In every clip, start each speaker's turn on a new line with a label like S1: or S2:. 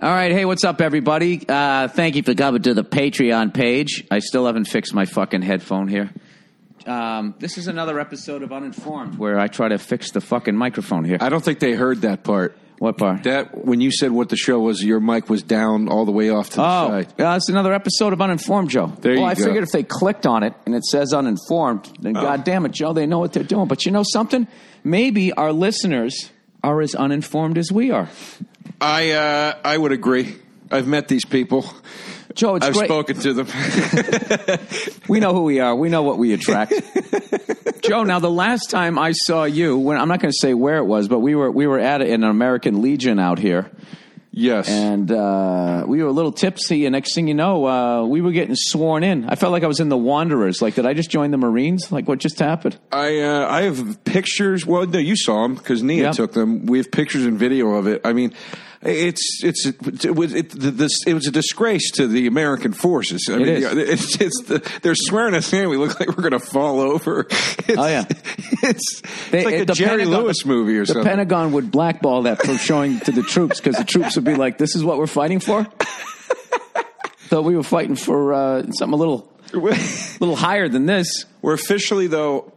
S1: All right, hey, what's up, everybody? Uh, thank you for coming to the Patreon page. I still haven't fixed my fucking headphone here. Um, this is another episode of Uninformed where I try to fix the fucking microphone here.
S2: I don't think they heard that part.
S1: What part?
S2: That when you said what the show was, your mic was down all the way off to the
S1: Oh, uh,
S2: side.
S1: it's another episode of Uninformed, Joe.
S2: There
S1: well,
S2: you
S1: I
S2: go. Oh.
S1: figured if they clicked on it and it says uninformed, then god damn it, Joe, they know what they're doing. But you know something? Maybe our listeners are as uninformed as we are.
S2: I uh, I would agree. I've met these people.
S1: Joe, it's
S2: I've
S1: great.
S2: spoken to them.
S1: We know who we are. We know what we attract. Joe, now the last time I saw you, when I'm not going to say where it was, but we were we were at an American Legion out here,
S2: yes.
S1: and uh, we were a little tipsy. And next thing you know, uh, we were getting sworn in. I felt like I was in the Wanderers. Like, did I just join the Marines? Like, what just happened?
S2: I uh, I have pictures. Well, no, you saw them because Nia
S1: Yeah.
S2: took them. We have pictures and video of it. I mean, it's it's it was it, the, this it was a disgrace to the American forces. I mean,
S1: is.
S2: the- It's, it's the, they're swearing us in. We look like we're going to fall over. It's,
S1: Oh, yeah.
S2: it's,
S1: They-
S2: it's like
S1: it-
S2: a Jerry
S1: Pentagon-
S2: Lewis movie or
S1: the
S2: something.
S1: Pentagon would blackball that from showing to the troops because the troops would be like, "This is what we're fighting for." so we were fighting for uh, something a little, little higher than this.
S2: we're officially though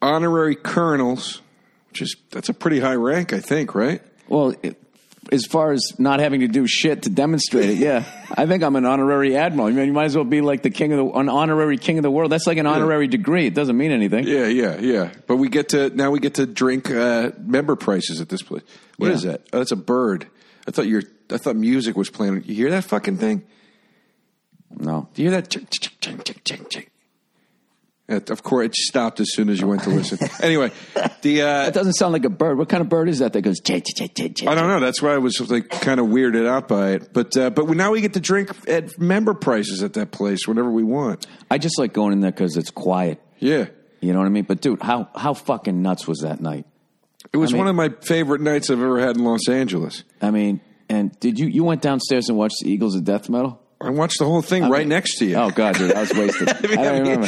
S2: honorary colonels, which is that's a pretty high rank, I think, right?
S1: Well, it, as far as not having to do shit to demonstrate it, yeah, I think I'm an honorary admiral. I mean, you might as well be like the king of the an honorary king of the world. That's like an honorary degree. It doesn't mean anything.
S2: Yeah, yeah, yeah. But we get to now we get to drink uh, member prices at this place. What
S1: Yeah.
S2: is that? Oh, that's a bird. I thought your I thought music was playing. You hear that fucking thing?
S1: No.
S2: Do you hear that? Ching, ching, ching, ching, ching, ching. It- of course, it stopped as soon as you went to listen. anyway, the uh,
S1: That doesn't sound like a bird. What kind of bird is that that goes? "Chit, chit, chit, chit,
S2: I don't know. That's why I was like kind of weirded out by it. But uh, but we, now we get to drink at member prices at that place whenever we want.
S1: chit." I just like going in there because it's quiet.
S2: Yeah,
S1: You know what I mean? But dude, how how fucking nuts was that night?
S2: it was
S1: I mean-
S2: one of my favorite nights I've ever had in Los Angeles.
S1: I mean, and did you you went downstairs and watched the Eagles of Death Metal?
S2: I watched the whole thing right
S1: mean-
S2: next to you.
S1: Oh god, dude, I was wasted. I, don't remember.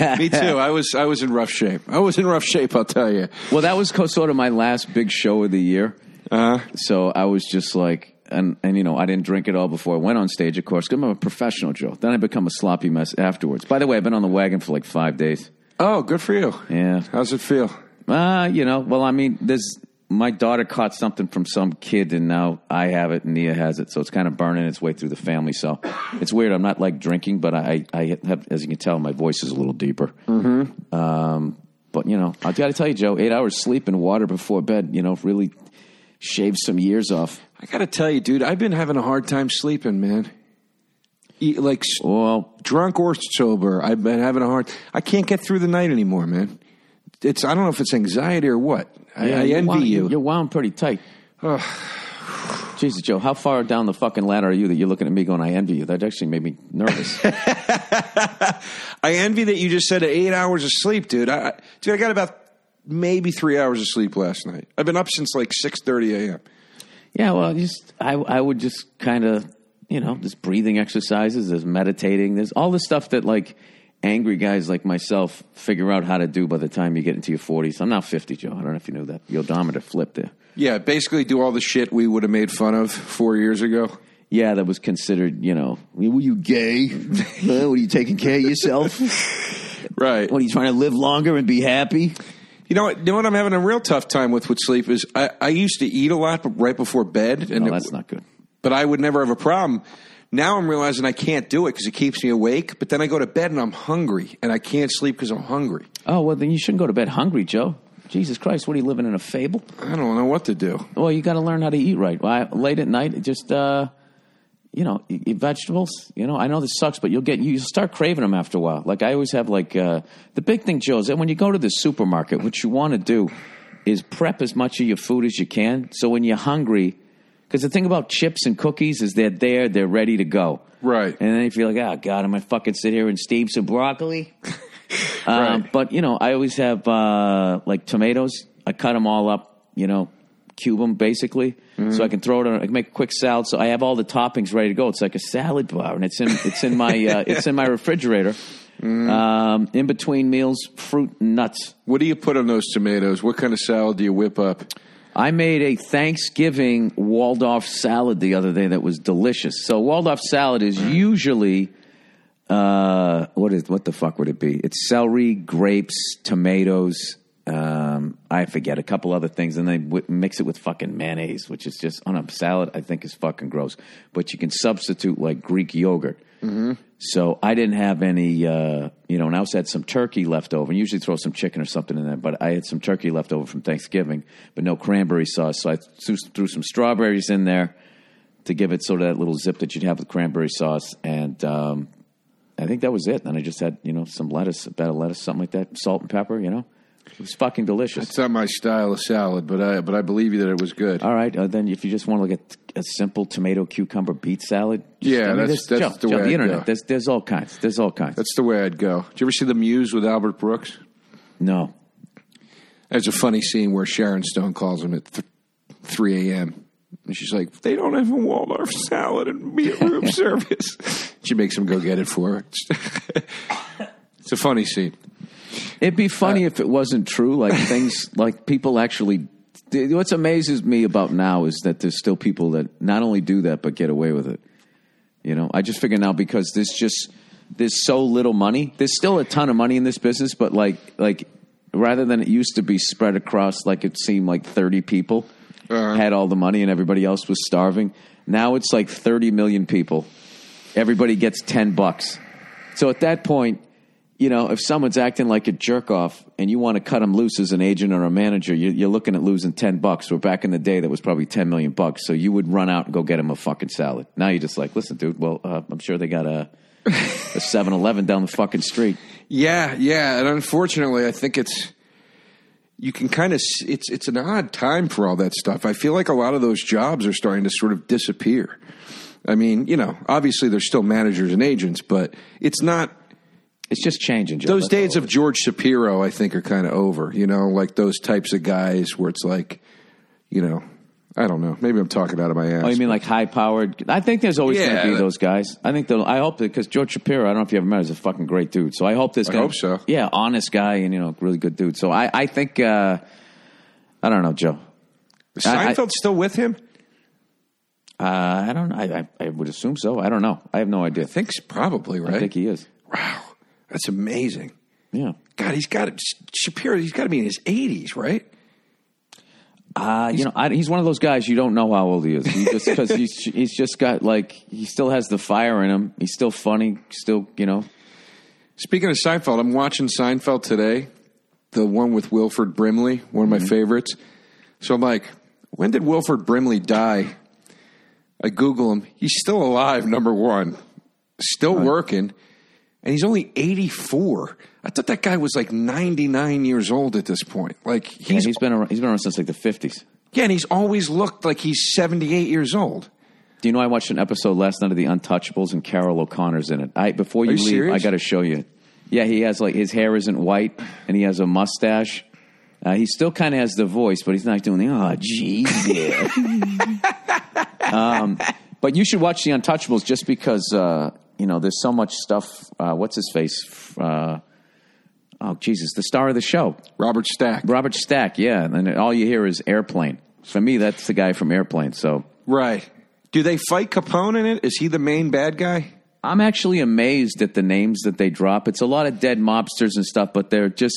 S2: oh, Me too. I was I was in rough shape. I was in rough shape. I'll tell you.
S1: Well, that was co- sort of my last big show of the year.
S2: Uh,
S1: So I was just like, and, and you know, I didn't drink at all before I went on stage, of course, 'cause I'm a professional, Joe. Then I become a sloppy mess afterwards. By the way, I've been on the wagon for like five days.
S2: oh, good for you.
S1: Yeah.
S2: How's it feel?
S1: Uh, you know, well, I mean, there's my daughter caught something from some kid, and now I have it, and Nia has it, so it's kind of burning its way through the family. So it's weird. I'm not like drinking, but I, I have, as you can tell, my voice is a little deeper. Mm-hmm. Um, but you know, I got to tell you, Joe, eight hours sleep and water before bed, you know, really shaves some years off.
S2: I gotta tell you, dude. I've been having a hard time sleeping, man. E- like s-
S1: Well,
S2: drunk or sober, I've been having a hard. I can't get through the night anymore, man. It's I don't know if it's anxiety or what. I, I
S1: you're
S2: envy
S1: wound-
S2: you.
S1: You're wound pretty tight. Jesus, Joe, how far down the fucking ladder are you that you're looking at me going, I envy you? That actually made me nervous.
S2: I envy that you just said eight hours of sleep, dude. I, I dude, I got about maybe three hours of sleep last night. I've been up since like six thirty a.m.
S1: yeah, well, just I, I would just kind of, you know, there's breathing exercises, there's meditating, there's all the stuff that like angry guys like myself figure out how to do by the time you get into your 40s. I'm now 50, Joe. I don't know if you knew that. The odometer flipped there.
S2: Yeah, basically do all the shit we would have made fun of four years ago.
S1: Yeah, that was considered, you know, were you gay? Huh? were you taking care of yourself?
S2: Right.
S1: what are you trying to live longer and be happy?
S2: You know what? You know what I'm having a real tough time with with sleep is I, I used to eat a lot but right before bed, and
S1: No,
S2: it-
S1: that's not good.
S2: but I would never have a problem. Now I'm realizing I can't do it because it keeps me awake. But then I go to bed and I'm hungry, and I can't sleep because I'm hungry.
S1: Oh, well, then you shouldn't go to bed hungry, Joe. Jesus Christ, what are you living in a fable?
S2: I don't know what to do.
S1: Well, you got to learn how to eat right. Why late at night, just, uh, you know, e, eat eat vegetables. You know, I know this sucks, but you'll get, you start craving them after a while. Like I always have, like, uh, the big thing, Joe, is that when you go to the supermarket, what you want to do is prep as much of your food as you can. So when you're hungry, because the thing about chips and cookies is they're there, they're ready to go.
S2: Right.
S1: And then you feel like, oh, God, am I fucking sit here and steam some broccoli? Um,
S2: Right.
S1: but you know, I always have uh, like tomatoes. I cut them all up, you know, cube them basically, so I can throw it on. I can make a quick salad. So I have all the toppings ready to go. It's like a salad bar, and it's in it's in my uh, it's in my refrigerator. Um, in between meals, fruit and nuts.
S2: What do you put on those tomatoes? What kind of salad do you whip up?
S1: I made a Thanksgiving Waldorf salad the other day that was delicious. So Waldorf salad is usually uh, what is what the fuck would it be? It's celery, grapes, tomatoes. Um, I forget a couple other things, and they w- mix it with fucking mayonnaise, which is just on a salad. I think is fucking gross, but you can substitute like Greek yogurt. So I didn't have any, uh, you know, and I also had some turkey left over. And usually throw some chicken or something in there, but I had some turkey left over from Thanksgiving, but no cranberry sauce. So I threw, threw some strawberries in there to give it sort of that little zip that you'd have with cranberry sauce. And um, I think that was it. And I just had, you know, some lettuce, a bed of lettuce, something like that, salt and pepper, you know. It was fucking delicious.
S3: It's not my style of salad, but I but I believe you that it was good.
S1: All right, uh, then if you just want like a, a simple tomato cucumber beet salad, just-
S3: Yeah, that's-
S1: there's-
S3: that's
S1: Joe,
S3: the
S1: Joe,
S3: way I'd
S1: the internet.
S3: go.
S1: There's there's all kinds. There's all kinds.
S3: That's
S2: That's the way I'd go. Did you ever see The Muse with Albert Brooks?
S1: no,
S2: There's a funny scene where Sharon Stone calls him at th- 3 a.m. And she's like, they don't have a Waldorf salad and meat room service. She makes him go get it for her. it's a funny scene.
S1: It'd be funny if it wasn't true. Like things, like people actually. What amazes me about now is that there's still people that not only do that but get away with it. You know, I just figure now because there's just there's so little money. There's still a ton of money in this business, but like like rather than it used to be spread across, like it seemed like 30 people had all the money and everybody else was starving. Now it's like 30 million people. Everybody gets 10 bucks. So at that point, you know, if someone's acting like a jerk off and you want to cut them loose as an agent or a manager, you're, you're looking at losing 10 bucks. Where back in the day, that was probably 10 million bucks. So you would run out and go get him a fucking salad. Now you're just like, listen, dude, well, uh, I'm sure they got a, a 7 Eleven down the fucking street.
S2: Yeah, yeah, and unfortunately, I think it's you can kind of it's it's an odd time for all that stuff. I feel like a lot of those jobs are starting to sort of disappear. I mean, you know, obviously there's still managers and agents, but it's not
S1: It's just changing, Joe.
S2: those
S1: That's
S2: days
S1: all.
S2: of George Shapiro. I think are kind of over. You know, like those types of guys where it's like, you know, I don't know. Maybe I'm talking out of my ass.
S1: Oh, you mean like high powered? I think there's always
S2: Yeah,
S1: going to be
S2: that-
S1: those guys. I think they'll, I hope that because George Shapiro, I don't know if you ever met, him, is a fucking great dude. So I hope this
S2: I
S1: guy.
S2: hope so.
S1: Yeah, honest guy and, you know, really good dude. So I, I think, uh, I don't know, Joe.
S2: Is
S1: I- I-
S2: Seinfeld still with him?
S1: Uh, I don't. I, I I would assume so. I don't know. I have no idea.
S2: I think s- probably right.
S1: I think he is.
S2: wow, that's amazing.
S1: Yeah.
S2: God, he's got Shapiro. He's got to be in his 80s, right?
S1: Uh, you know, I, he's one of those guys you don't know how old he is. He just because he's he's just got like he still has the fire in him. He's still funny. Still, you know.
S2: Speaking of Seinfeld, I'm watching Seinfeld today, the one with Wilford Brimley, one of my favorites. So I'm like, when did Wilford Brimley die? I Google him. He's still alive, number one, still working, and he's only 84. I thought that guy was like 99 years old at this point. Like
S1: And
S2: he's,
S1: he's been around, he's been around since like the fifties.
S2: yeah, and he's always looked like he's 78 years old.
S1: Do you know I watched an episode last night of The Untouchables and Carol O'Connor's in it? I before you,
S2: you
S1: leave,
S2: serious?
S1: I got to show you. Yeah, he has like his hair isn't white and he has a mustache. Uh, he still kind of has the voice, but he's not doing the oh geez. yeah." um, but you should watch The Untouchables just because uh, you know there's so much stuff. Uh, what's his face? Uh, oh Jesus, the star of the show,
S2: Robert Stack.
S1: Robert Stack. Yeah, and all you hear is airplane. For me, that's the guy from Airplane. So
S2: Right. Do they fight Capone in it? Is he the main bad guy?
S1: I'm actually amazed at the names that they drop. It's a lot of dead mobsters and stuff, but they're just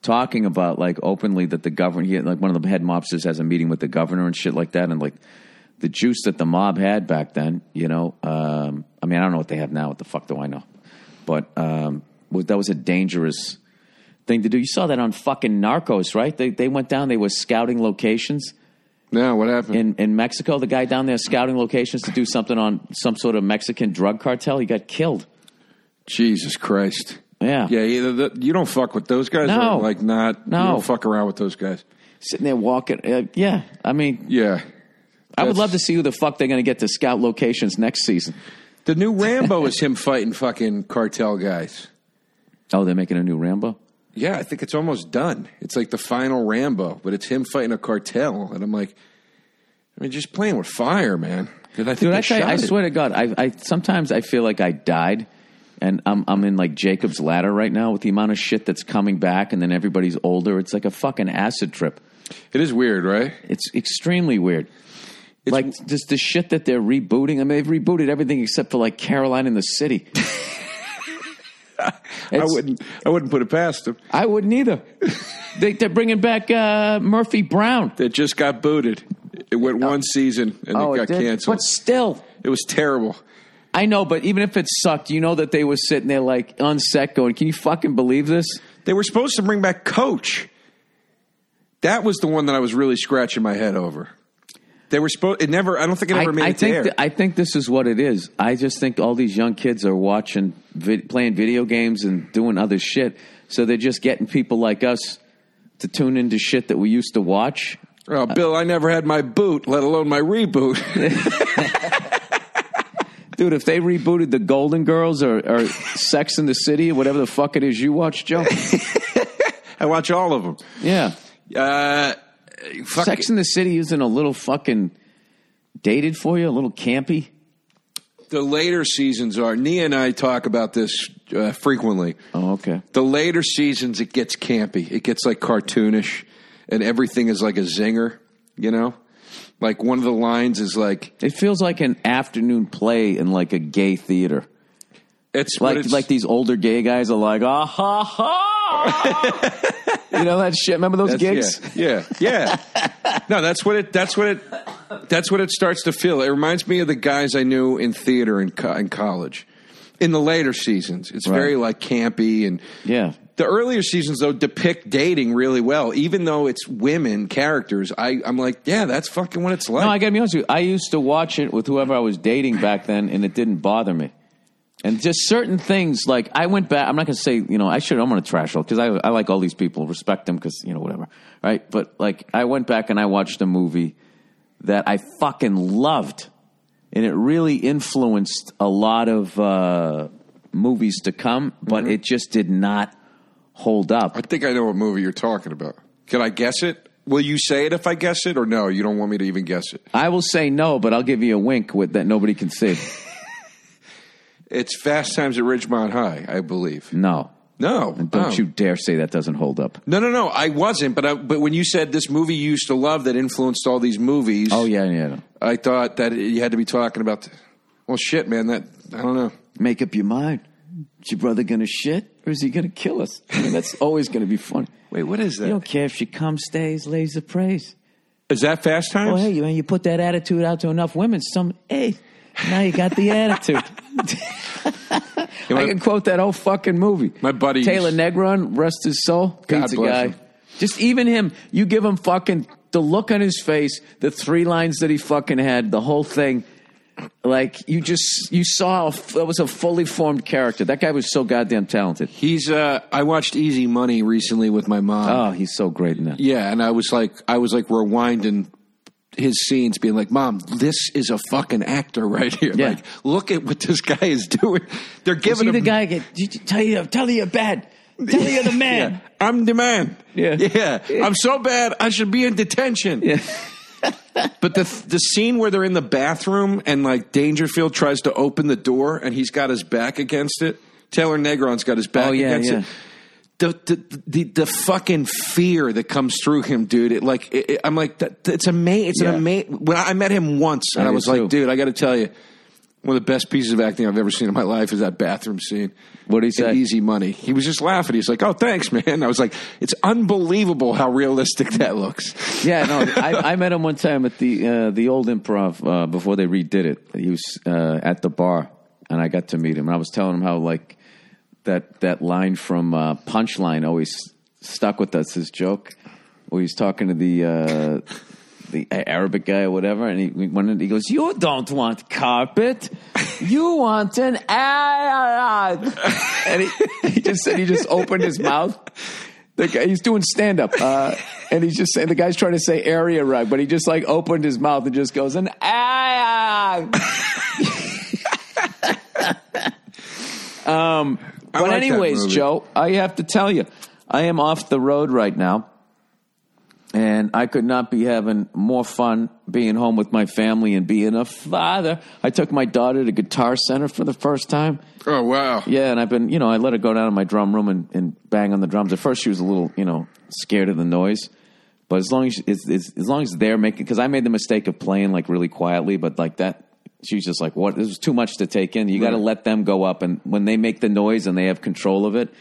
S1: talking about like openly that the governor, like one of the head mobsters, has a meeting with the governor and shit like that, and like the juice that the mob had back then. You know, um, I mean, I don't know what they have now. What the fuck do I know? But um, was, that was a dangerous thing to do. You saw that on fucking Narcos, right? They they went down. They were scouting locations
S2: No, what happened?
S1: in, in Mexico. The guy down there scouting locations to do something on some sort of Mexican drug cartel. He got killed.
S2: Jesus Christ.
S1: Yeah.
S2: Yeah, either the, you don't fuck with those guys.
S1: No.
S2: Or like not.
S1: No.
S2: you don't fuck around with those guys.
S1: Sitting there walking. Uh, yeah. I mean,
S2: Yeah,
S1: I would
S2: That's-
S1: love to see who the fuck they're going to get to scout locations next season.
S2: the new Rambo is him fighting fucking cartel guys.
S1: Oh, they're making a new Rambo?
S2: Yeah, I think it's almost done. It's like the final Rambo, but it's him fighting a cartel, and I'm like, I mean, just playing with fire, man. 'Cause I think
S1: Dude,
S2: they
S1: I, tell you,
S2: shot
S1: I
S2: it.
S1: swear to God, I, I sometimes I feel like I died. And I'm I'm in like Jacob's ladder right now with the amount of shit that's coming back, and then everybody's older. It's like a fucking acid trip.
S2: It is weird, right?
S1: It's extremely weird. like just the shit that they're rebooting. I mean, they've rebooted everything except for like Caroline in the City.
S2: I
S1: It's-
S2: wouldn't. I wouldn't put it past them.
S1: I wouldn't either. they, they're bringing back uh, Murphy Brown.
S2: That just got booted. It went one season and Oh, it got
S1: Oh, did?
S2: canceled.
S1: But still,
S2: It was terrible.
S1: I know. But even if it sucked, you know that they were sitting there like on set going, "Can you fucking believe this?"
S2: They were supposed to bring back Coach. That was the one that I was really scratching my head over. They were supposed. It never. I don't think it ever
S1: I,
S2: made
S1: I
S2: it
S1: think
S2: there.
S1: th- I think this is what it is. I just think all these young kids are watching, vid- playing video games and doing other shit. So they're just getting people like us to tune into shit that we used to watch.
S2: oh, Bill, I never had my boot, let alone my reboot.
S1: Dude, if they rebooted the Golden Girls or, or Sex in the City, whatever the fuck it is you watch, Joe.
S2: I watch all of them.
S1: Yeah.
S2: Uh, fuck
S1: Sex in the City isn't a little fucking dated for you, a little campy.
S2: the later seasons are. Nia and I talk about this uh, frequently.
S1: Oh, okay.
S2: The later seasons, it gets campy. It gets like cartoonish, and everything is like a zinger. You know, like one of the lines is like
S1: It feels like an afternoon play in like a gay theater.
S2: it's but
S1: Like
S2: it's,
S1: like these older gay guys are like, ah ha ha. you know that shit. Remember those gigs?
S2: Yeah, yeah, yeah. no, that's what it. That's what it. That's what it starts to feel. It reminds me of the guys I knew in theater in, co- in college. In the later seasons, it's
S1: Right.
S2: very like campy and
S1: Yeah.
S2: The earlier seasons though depict dating really well, even though it's women characters. I I'm like, yeah, that's fucking what it's like.
S1: No, I gotta be honest with you. I used to watch it with whoever I was dating back then, and it didn't bother me. And just certain things, like I went back. I'm not gonna say, you know, I should. I'm gonna trash all because I, I like all these people, respect them because you know whatever, right? But like, I went back and I watched a movie that I fucking loved, and it really influenced a lot of uh, movies to come. But it just did not hold up.
S2: I think I know what movie you're talking about. Can I guess it? Will you say it if I guess it, or no? You don't want me to even guess it.
S1: I will say no, but I'll give you a wink with that nobody can see.
S2: It's Fast Times at Ridgemont High, I believe.
S1: No.
S2: No,
S1: Don't
S2: Oh.
S1: you dare say that doesn't hold up.
S2: No, no, no. I wasn't. But I, but when you said this movie you used to love that influenced all these movies,
S1: Oh yeah, yeah. no.
S2: I thought that you had to be talking about. the- well, shit, man. That I don't know.
S1: Make up your mind. Is your brother gonna shit or is he gonna kill us? I mean, that's always gonna be funny.
S2: Wait, what is
S1: You don't care if she comes, stays, lays the praise.
S2: Is that Fast Times?
S1: Oh hey, you man, you put that attitude out to enough women. Some hey, now you got the attitude. I can quote that old fucking movie.
S2: My buddy
S1: Taylor
S2: used-
S1: Negron, rest his soul,
S2: God
S1: pizza
S2: bless
S1: guy.
S2: him.
S1: Just even him, you give him fucking the look on his face, the three lines that he fucking had, the whole thing. Like you just you saw a, that was a fully formed character. That guy was so goddamn talented.
S2: He's. Uh, I watched Easy Money recently with my mom.
S1: Oh, he's so great in that.
S2: Yeah, and I was like, I was like rewinding his scenes, being like, "Mom, this is a fucking actor right here.
S1: Yeah.
S2: Like, look at what this guy is doing. They're giving
S1: See the
S2: him
S1: guy get did you tell you tell you you're bad. Tell you you're the man.
S2: Yeah. I'm the man.
S1: Yeah.
S2: yeah. I'm so bad. I should be in detention.
S1: Yeah.
S2: But the the scene where they're in the bathroom and like Dangerfield tries to open the door and he's got his back against it. Taylor Negron's got his back
S1: Oh, yeah,
S2: against
S1: yeah.
S2: it. The, the the the fucking fear that comes through him, dude. It like it, it- I'm like that, it's amazing. It's
S1: Yeah.
S2: an amazing. When I I met him once, and
S1: I
S2: I,
S1: did
S2: was like,
S1: too.
S2: dude, I got to tell you, one of the best pieces of acting I've ever seen in my life is that bathroom scene.
S1: What'd he
S2: In
S1: say?
S2: Easy Money. He was just laughing. He's like, "Oh, thanks, man." I was like, "It's unbelievable how realistic that looks."
S1: Yeah, no, I, I met him one time at the uh, the old improv uh, before they redid it. He was uh, at the bar, and I got to meet him. And I was telling him how like that that line from uh, Punchline always stuck with us. His joke, where he's talking to the. Uh, the Arabic guy or whatever, and he we went in, he goes, "You don't want carpet, you want an Arab." And he, he just said he just opened his mouth. The guy, he's doing stand up, uh, and he's just saying the guy's trying to say area rug, but he just like opened his mouth and just goes an Arab. um, but
S2: like that
S1: anyways,
S2: movie.
S1: Joe, I have to tell you, I am off the road right now and I could not be having more fun being home with my family and being a father. I took my daughter to Guitar Center for the first time.
S2: Oh wow!
S1: Yeah, and I've been, you know, I let her go down to my drum room and, and bang on the drums. At first, she was a little, you know, scared of the noise. But as long as it's, it's, as long as they're making, because I made the mistake of playing like really quietly, but like that, she's just like, "What? This is too much to take in. You got to
S2: Right.
S1: let them go up." And when they make the noise and they have control of it,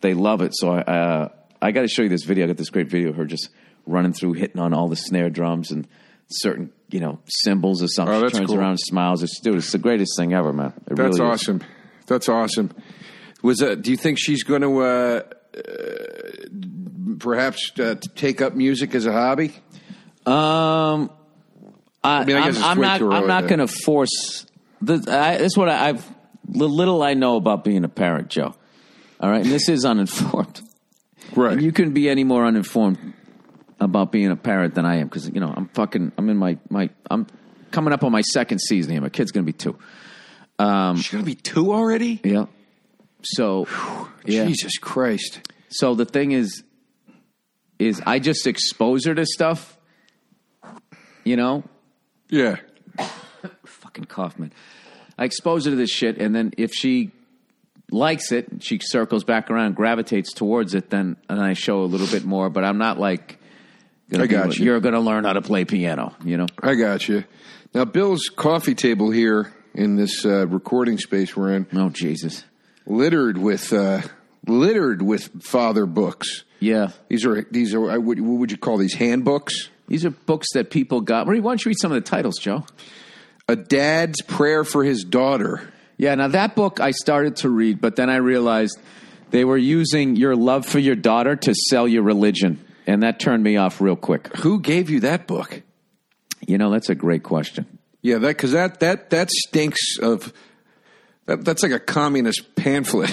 S1: they love it. So I, uh, I got to show you this video. I got this great video of her just running through, hitting on all the snare drums and certain, you know, cymbals or something.
S2: Oh,
S1: she
S2: that's
S1: turns
S2: cool.
S1: around, smiles. It's dude, it's the greatest thing ever, man. It
S2: That's
S1: really is.
S2: awesome. That's awesome. Was uh, do you think she's going to uh, uh, perhaps uh, take up music as a hobby?
S1: Um, I,
S2: mean, I guess
S1: am
S2: it's
S1: I'm
S2: way
S1: not.
S2: too
S1: I'm
S2: early
S1: not
S2: to-
S1: going to force. This, I, this is what I, I've. The little I know about being a parent, Joe. All right, and this is uninformed.
S2: Right.
S1: And you couldn't be any more uninformed about being a parent than I am because you know I'm fucking. I'm in my my. I'm coming up on my second season here. My kid's going to be two.
S2: she's going to be two already.
S1: Yeah. So, yeah.
S2: Jesus Christ!
S1: So the thing is, is I just expose her to stuff. You know,
S2: Yeah.
S1: fucking Kaufman. I expose her to this shit, and then if she likes it, she circles back around, gravitates towards it. Then and I show a little bit more, but I'm not like. Gonna
S2: I got
S1: be-
S2: you.
S1: You're going to learn how to play piano, you know.
S2: I got you. Now, Bill's coffee table here in this uh, recording space we're in,
S1: Oh Jesus!
S2: littered with uh, littered with father books.
S1: Yeah,
S2: These are these are I would, what would you call these handbooks?
S1: these are books that people got. Why don't you read some of the titles, Joe?
S2: A dad's prayer for his daughter.
S1: Yeah, now that book I started to read, but then I realized they were using your love for your daughter to sell your religion, and that turned me off real quick.
S2: Who gave you that book?
S1: You know, that's a great question.
S2: Yeah, that because that that that stinks of. That, that's like a communist pamphlet.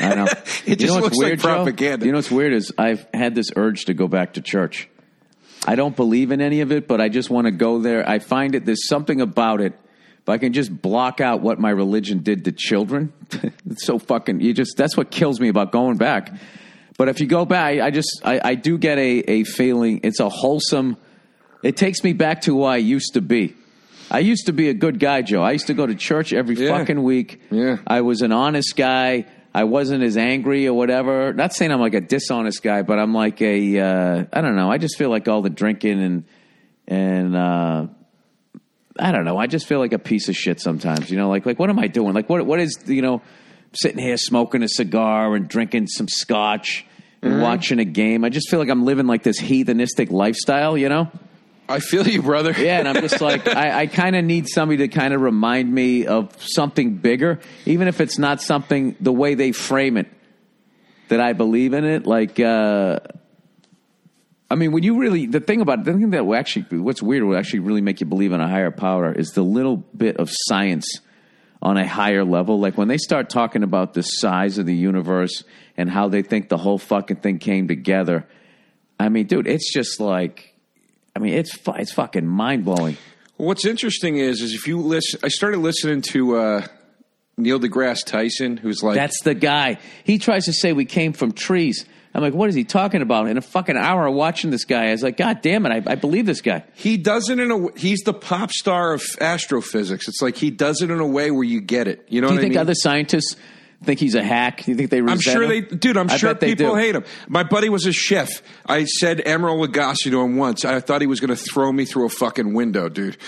S1: I know.
S2: It just
S1: what's
S2: looks like
S1: Joe?
S2: propaganda.
S1: You know what's weird is I've had this urge to go back to church. I don't believe in any of it, but I just want to go there. I find it there's something about it. If I can just block out what my religion did to children, it's so fucking. You just that's what kills me about going back. But if you go back, I just I, I do get a a feeling. It's a wholesome. It takes me back to who I used to be. I used to be a good guy, Joe. I used to go to church every
S2: Yeah.
S1: fucking week.
S2: Yeah.
S1: I was an honest guy. I wasn't as angry or whatever. Not saying I'm like a dishonest guy, but I'm like a uh, I don't know. I just feel like all the drinking and and uh, I don't know. I just feel like a piece of shit sometimes. You know, like like what am I doing? Like what what is you know sitting here smoking a cigar and drinking some scotch and watching a game. I just feel like I'm living like this heathenistic lifestyle. You know.
S2: I feel you, brother.
S1: Yeah, and I'm just like, I, I kind of need somebody to kind of remind me of something bigger, even if it's not something the way they frame it that I believe in it. Like, uh, I mean, when you really the thing about the thing that will actually what's weird will actually really make you believe in a higher power is the little bit of science on a higher level. Like when they start talking about the size of the universe and how they think the whole fucking thing came together. I mean, dude, it's just like. I mean, it's fu- it's fucking mind blowing.
S2: What's interesting is, is if you listen, I started listening to uh, Neil deGrasse Tyson, who's like,
S1: That's the guy. He tries to say we came from trees. I'm like, what is he talking about? In a fucking hour of watching this guy, I was like, God damn it, I, I believe this guy.
S2: he does it in a, he's the pop star of astrophysics. It's like he does it in a way where you get it. You know
S1: Do you
S2: what
S1: think
S2: I mean?
S1: other scientists think he's a hack? Do you think they?
S2: I'm
S1: resent
S2: sure
S1: him?
S2: they, dude. I'm
S1: I
S2: sure
S1: bet they
S2: people
S1: do.
S2: hate him. My buddy was a chef. I said Emerald Lagasse to him once. I thought he was going to throw me through a fucking window, dude.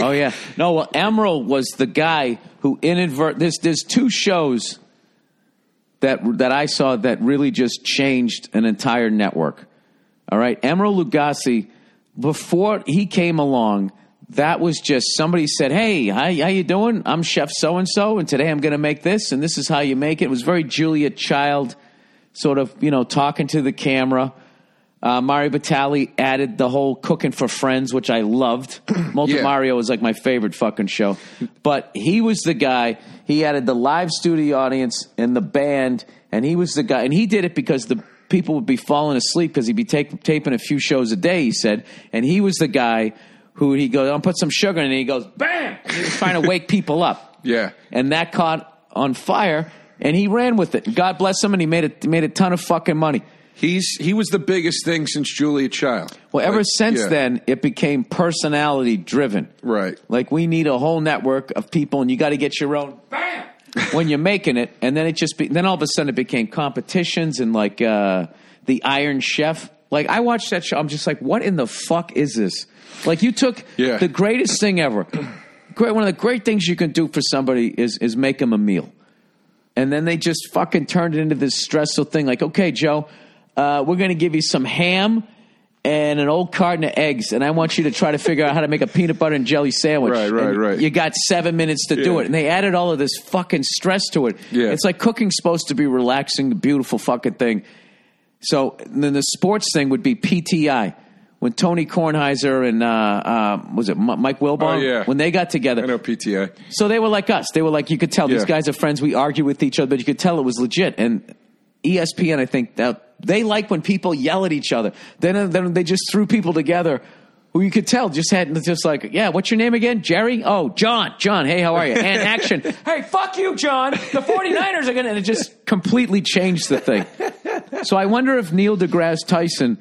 S1: Oh yeah, no. Well, Emerald was the guy who inadvert. There's there's two shows that that I saw that really just changed an entire network. All right, Emerald Lugasi. Before he came along, that was just somebody said, "Hey, hi, how you doing? I'm Chef So and So, and today I'm going to make this, and this is how you make it." It was very Julia Child, sort of you know talking to the camera. Uh, Mario Batali added the whole cooking for friends, which I loved. Multi
S2: Yeah.
S1: Mario was like my favorite fucking show. But he was the guy. He added the live studio audience and the band, and he was the guy. And he did it because the people would be falling asleep because he'd be take, taping a few shows a day. He said, and he was the guy who he goes, "I'll put some sugar in," it," and he goes, "Bam!" And he was trying to wake people up.
S2: Yeah.
S1: and that caught on fire, and he ran with it. God bless him, and he made it made a ton of fucking money.
S2: He's he was the biggest thing since Julia Child.
S1: Well, ever
S2: Like,
S1: since
S2: yeah.
S1: then, it became personality driven.
S2: Right.
S1: Like we need a whole network of people, and you got to get your own. Bam! when you're making it, and then it just be, then all of a sudden it became competitions and like uh, the Iron Chef. Like I watched that show, I'm just like, what in the fuck is this? Like you took
S2: Yeah.
S1: the greatest thing ever. Great, one of the great things you can do for somebody is is make them a meal, and then they just fucking turned it into this stressful thing. Like, okay, Joe, uh, we're gonna give you some ham and an old carton of eggs, and I want you to try to figure out how to make a peanut butter and jelly sandwich.
S2: Right, right,
S1: And
S2: right.
S1: You got seven minutes to do
S2: Yeah.
S1: it, and they added all of this fucking stress to it.
S2: Yeah.
S1: It's like cooking's supposed to be relaxing, beautiful fucking thing. So and then the sports thing would be PTI. When Tony Kornheiser and uh, uh, was it Mi- Mike Wilbon?
S2: Oh, yeah.
S1: When they got
S2: I
S1: together,
S2: know PTI.
S1: so they were like us. They were like you could tell these
S2: Yeah.
S1: guys are friends. We argue with each other, but you could tell it was legit. And E ESPN, I think that they like when people yell at each other. Then, uh, then they just threw people together who you could tell just had just like yeah. What's your name again? Jerry? Oh, John. John. Hey, how are you? And action. hey, fuck you, John. The 49ers are gonna. And it just completely changed the thing. So I wonder if Neil deGrasse Tyson,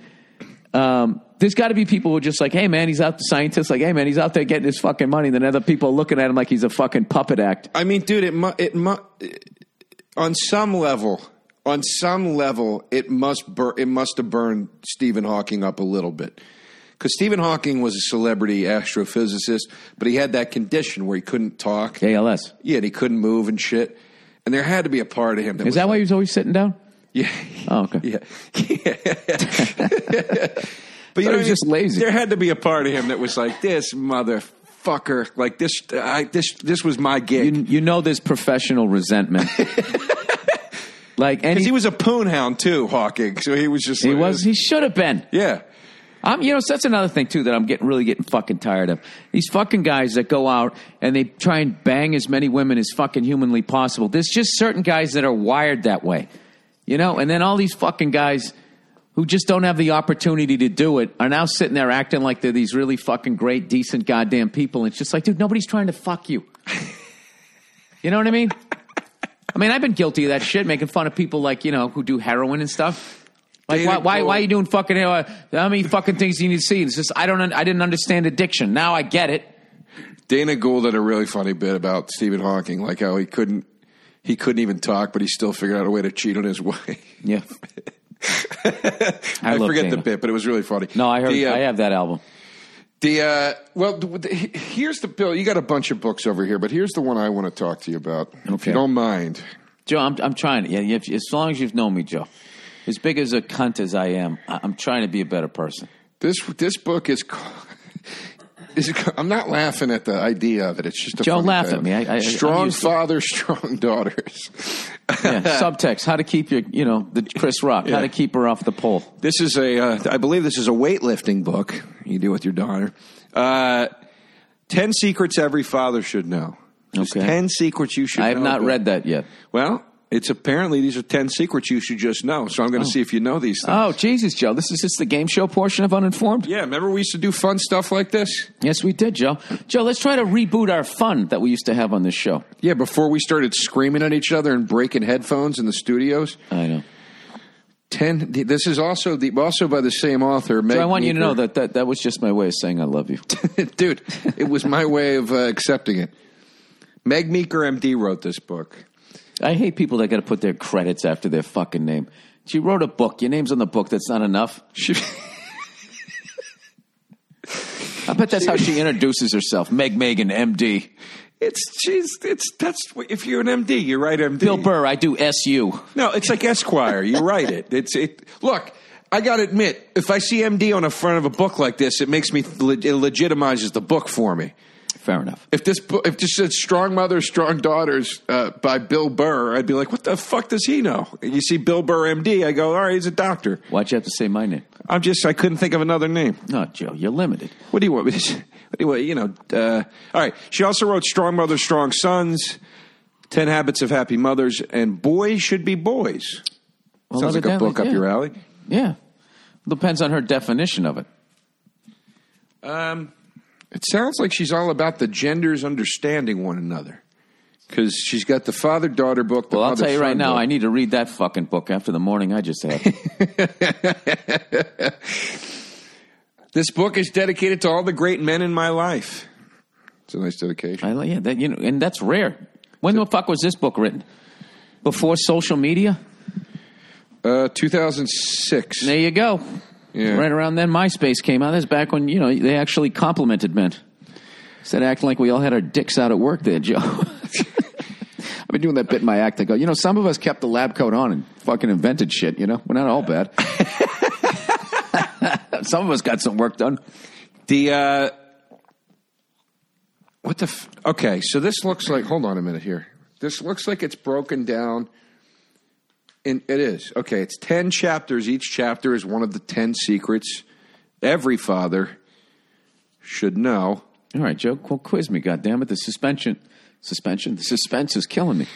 S1: um, there's got to be people who are just like, hey man, he's out the scientist, like, hey man, he's out there getting his fucking money. And then other people are looking at him like he's a fucking puppet act.
S2: I mean, dude, it mu- it mu- on some level, on some level, it must bur- it must have burned Stephen Hawking up a little bit because Stephen Hawking was a celebrity astrophysicist, but he had that condition where he couldn't talk.
S1: ALS.
S2: Yeah, and he couldn't move and shit. And there had to be a part of him that
S1: Is
S2: was
S1: that
S2: like,
S1: why he was always sitting down?
S2: yeah.
S1: Oh, okay.
S2: Yeah. Yeah. but you
S1: he
S2: know,
S1: was just lazy.
S2: There had to be a part of him that was like, "This motherfucker, like this, I, this, this was my gig."
S1: You, you know there's professional resentment. like, and
S2: Because
S1: he,
S2: he was a poon hound too, Hawking. So he was just
S1: he was, he should have been.
S2: yeah.
S1: I'm, you know, so that's another thing too that I'm getting really getting fucking tired of. These fucking guys that go out and they try and bang as many women as fucking humanly possible. There's just certain guys that are wired that way, you know. And then all these fucking guys who just don't have the opportunity to do it are now sitting there acting like they're these really fucking great, decent, goddamn people. And it's just like, dude, nobody's trying to fuck you. You know what I mean? I mean, I've been guilty of that shit, making fun of people like you know who do heroin and stuff. Like, why,
S2: David
S1: why,
S2: Bowie.
S1: why are you doing fucking? Uh, how many fucking things do you need to see? It's just I don't, un- I didn't understand addiction. Now I get it.
S2: Dana Gould had a really funny bit about Stephen Hawking, like how he couldn't he couldn't even talk, but he still figured out a way to cheat on his wife.
S1: Yeah.
S2: I,
S1: love
S2: forget
S1: Dana.
S2: the bit, but it was really funny.
S1: No, I heard.
S2: The, uh,
S1: I have that album.
S2: The uh, well, the, the, he- here's the bill. You got a bunch of books over here, but here's the one I want to talk to you about, if
S1: Okay.
S2: you don't mind.
S1: Joe, I'm, I'm trying. Yeah, if, as long as you've known me, Joe, as big as a cunt as I am, I, I'm trying to be a better person.
S2: This this book is. ca- is ca- I'm not laughing at the idea of it. It's just a
S1: Joe,
S2: funny
S1: laugh at
S2: title.
S1: me. I- I- I'm
S2: strong
S1: used to it.
S2: fathers, strong daughters.
S1: Yeah. Subtext: How to keep your, you know, the Chris Rock. How
S2: Yeah.
S1: to keep her off the pole.
S2: This is a, uh, I believe this is a weightlifting book you do with your daughter. Uh, 10 Secrets Every Father Should Know. Just
S1: Okay.
S2: 10 secrets you should
S1: I have
S2: know.
S1: not read that yet.
S2: Well, it's apparently these are 10 secrets you should just know. So I'm going to see if you know these things.
S1: Oh, Jesus, Joe! This is just the game show portion of Uninformed.
S2: yeah, remember we used to do fun stuff like this?
S1: Yes, we did, Joe. Joe, let's try to reboot our fun that we used to have on this show.
S2: Yeah, before we started screaming at each other and breaking headphones in the studios.
S1: I know.
S2: 10 this is also the also by the same author. Meg
S1: So I want you to
S2: Meeker.
S1: know that, that that was just my way of saying I love you.
S2: Dude, it was my way of uh, accepting it. Meg Meeker MD wrote this book.
S1: I hate people that got to put their credits after their fucking name. She wrote a book. Your name's on the book. That's not enough.
S2: She
S1: I bet that's how she introduces herself. Meg Megan, MD.
S2: It's she's it's that's if you're an MD, you write MD.
S1: Bill Burr, I do SU.
S2: No, it's like Esquire. You write it. It's it. Look, I gotta admit, if I see MD on the front of a book like this, it makes me it legitimizes the book for me.
S1: Fair enough.
S2: If this book, if this said "Strong Mothers, Strong Daughters" uh, by Bill Burr, I'd be like, "What the fuck does he know?" And you see Bill Burr, MD, I go, "All right, he's a doctor."
S1: Why'd you have to say my name?
S2: I'm just I couldn't think of another name.
S1: No, Joe, you're limited.
S2: What do you want? me to- What do you want? You know. Uh, all right. She also wrote "Strong Mothers, Strong Sons," "10 Habits of Happy Mothers," and "Boys Should Be Boys."
S1: Well,
S2: Sounds like a
S1: evidently,
S2: book up
S1: yeah.
S2: your alley.
S1: Yeah. Depends on her definition of it.
S2: It sounds like she's all about the genders understanding one another because she's got the father-daughter book. The
S1: Well, I'll tell you right
S2: mother-son
S1: now,
S2: book.
S1: I need to read that fucking book after the morning I just had.
S2: this book is dedicated to all the great men in my life. It's a nice dedication.
S1: I like yeah, that, you know, and that's rare. When the fuck was this book written? Before social media?
S2: Uh, 2006.
S1: There you go.
S2: Yeah.
S1: Right around then, MySpace came out. That's back when you know they actually complimented men. Instead of acting like we all had our dicks out at work, there, Joe. I've been doing that bit in my act. I go, you know, some of us kept the lab coat on and fucking invented shit. You know, we're not all bad. some of us got some work done.
S2: The uh, what the f- okay? So this looks like. Hold on a minute here. This looks like it's broken down. And it is okay. It's ten chapters. Each chapter is one of the ten secrets every father should know.
S1: All right, Joe, well, quiz me, goddammit. The suspension, suspension, the suspense is killing me.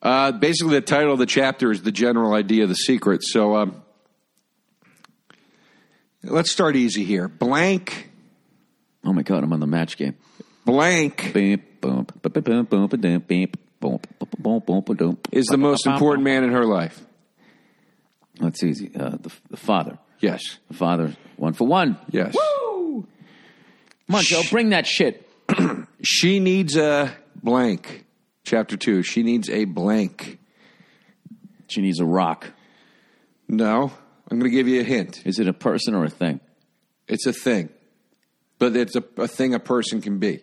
S2: Uh, basically, the title of the chapter is the general idea of the secret. So um, let's start easy here. Blank,
S1: Oh my god, I'm on the match game.
S2: blank
S1: Beep, bump, ba- ba- bum, bum, ba- dum, beep, bump, ba- ba- bum, bum, ba- dum.
S2: is the most important man in her life.
S1: That's easy. Uh, the, the father,
S2: Yes.
S1: the father, one for one.
S2: Yes.
S1: Come on, Joe, bring that shit.
S2: She needs a blank. Chapter two. She needs a blank.
S1: She needs a rock.
S2: No, I'm going to give you a hint.
S1: Is it a person or a thing?
S2: It's a thing, but it's a, a thing a person can be.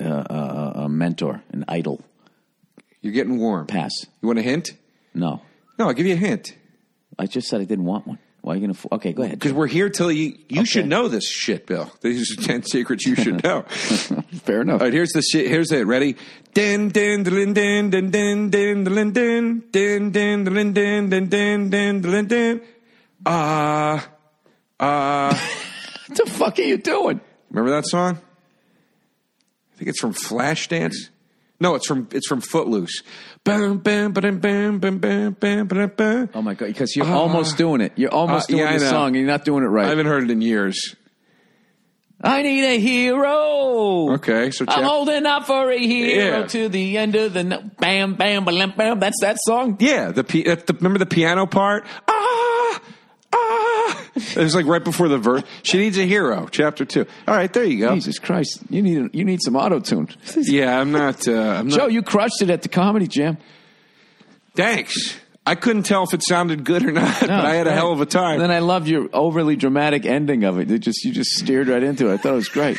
S1: A mentor, an idol.
S2: You're getting warm.
S1: Pass.
S2: You want a hint?
S1: No,
S2: No, I'll give you a hint
S1: I just said I didn't want one. Why are you gonna? F- okay, go ahead.
S2: because we're here till you. You should know this shit, Bill. These are ten secrets you should know.
S1: Fair enough.
S2: All right, here's the shit. Here's it. Ready? Din din din din din din din din din din din din din din din din din din. Ah ah.
S1: What the fuck are you doing?
S2: Remember that song? I think it's from Flashdance. No, it's from it's from Footloose. Bam bam bam bam bam bam bam bam bam.
S1: Oh my god! Because you're
S2: Uh,
S1: almost doing it. You're almost
S2: uh, yeah,
S1: doing
S2: I
S1: the
S2: know.
S1: song, and you're not doing it
S2: I
S1: right.
S2: haven't heard it in years.
S1: I need a hero.
S2: Okay, so
S1: I'm
S2: chap-
S1: holding out for a hero
S2: Yeah.
S1: to the end of the n- bam, bam, bam, bam. That's that song.
S2: Yeah, the, pi- uh, the remember the piano part? Ah, ah. It was like right before the verse. She needs a hero, chapter two. All right, there you go.
S1: Jesus Christ, you need you need some auto tune.
S2: Yeah, I'm not. Uh, I'm not.
S1: Joe, you crushed it at the comedy jam.
S2: Thanks. I couldn't tell if it sounded good or not, but I had a hell of a time.
S1: Then I loved your overly dramatic ending of it. It just you just steered right into it. I thought it was great.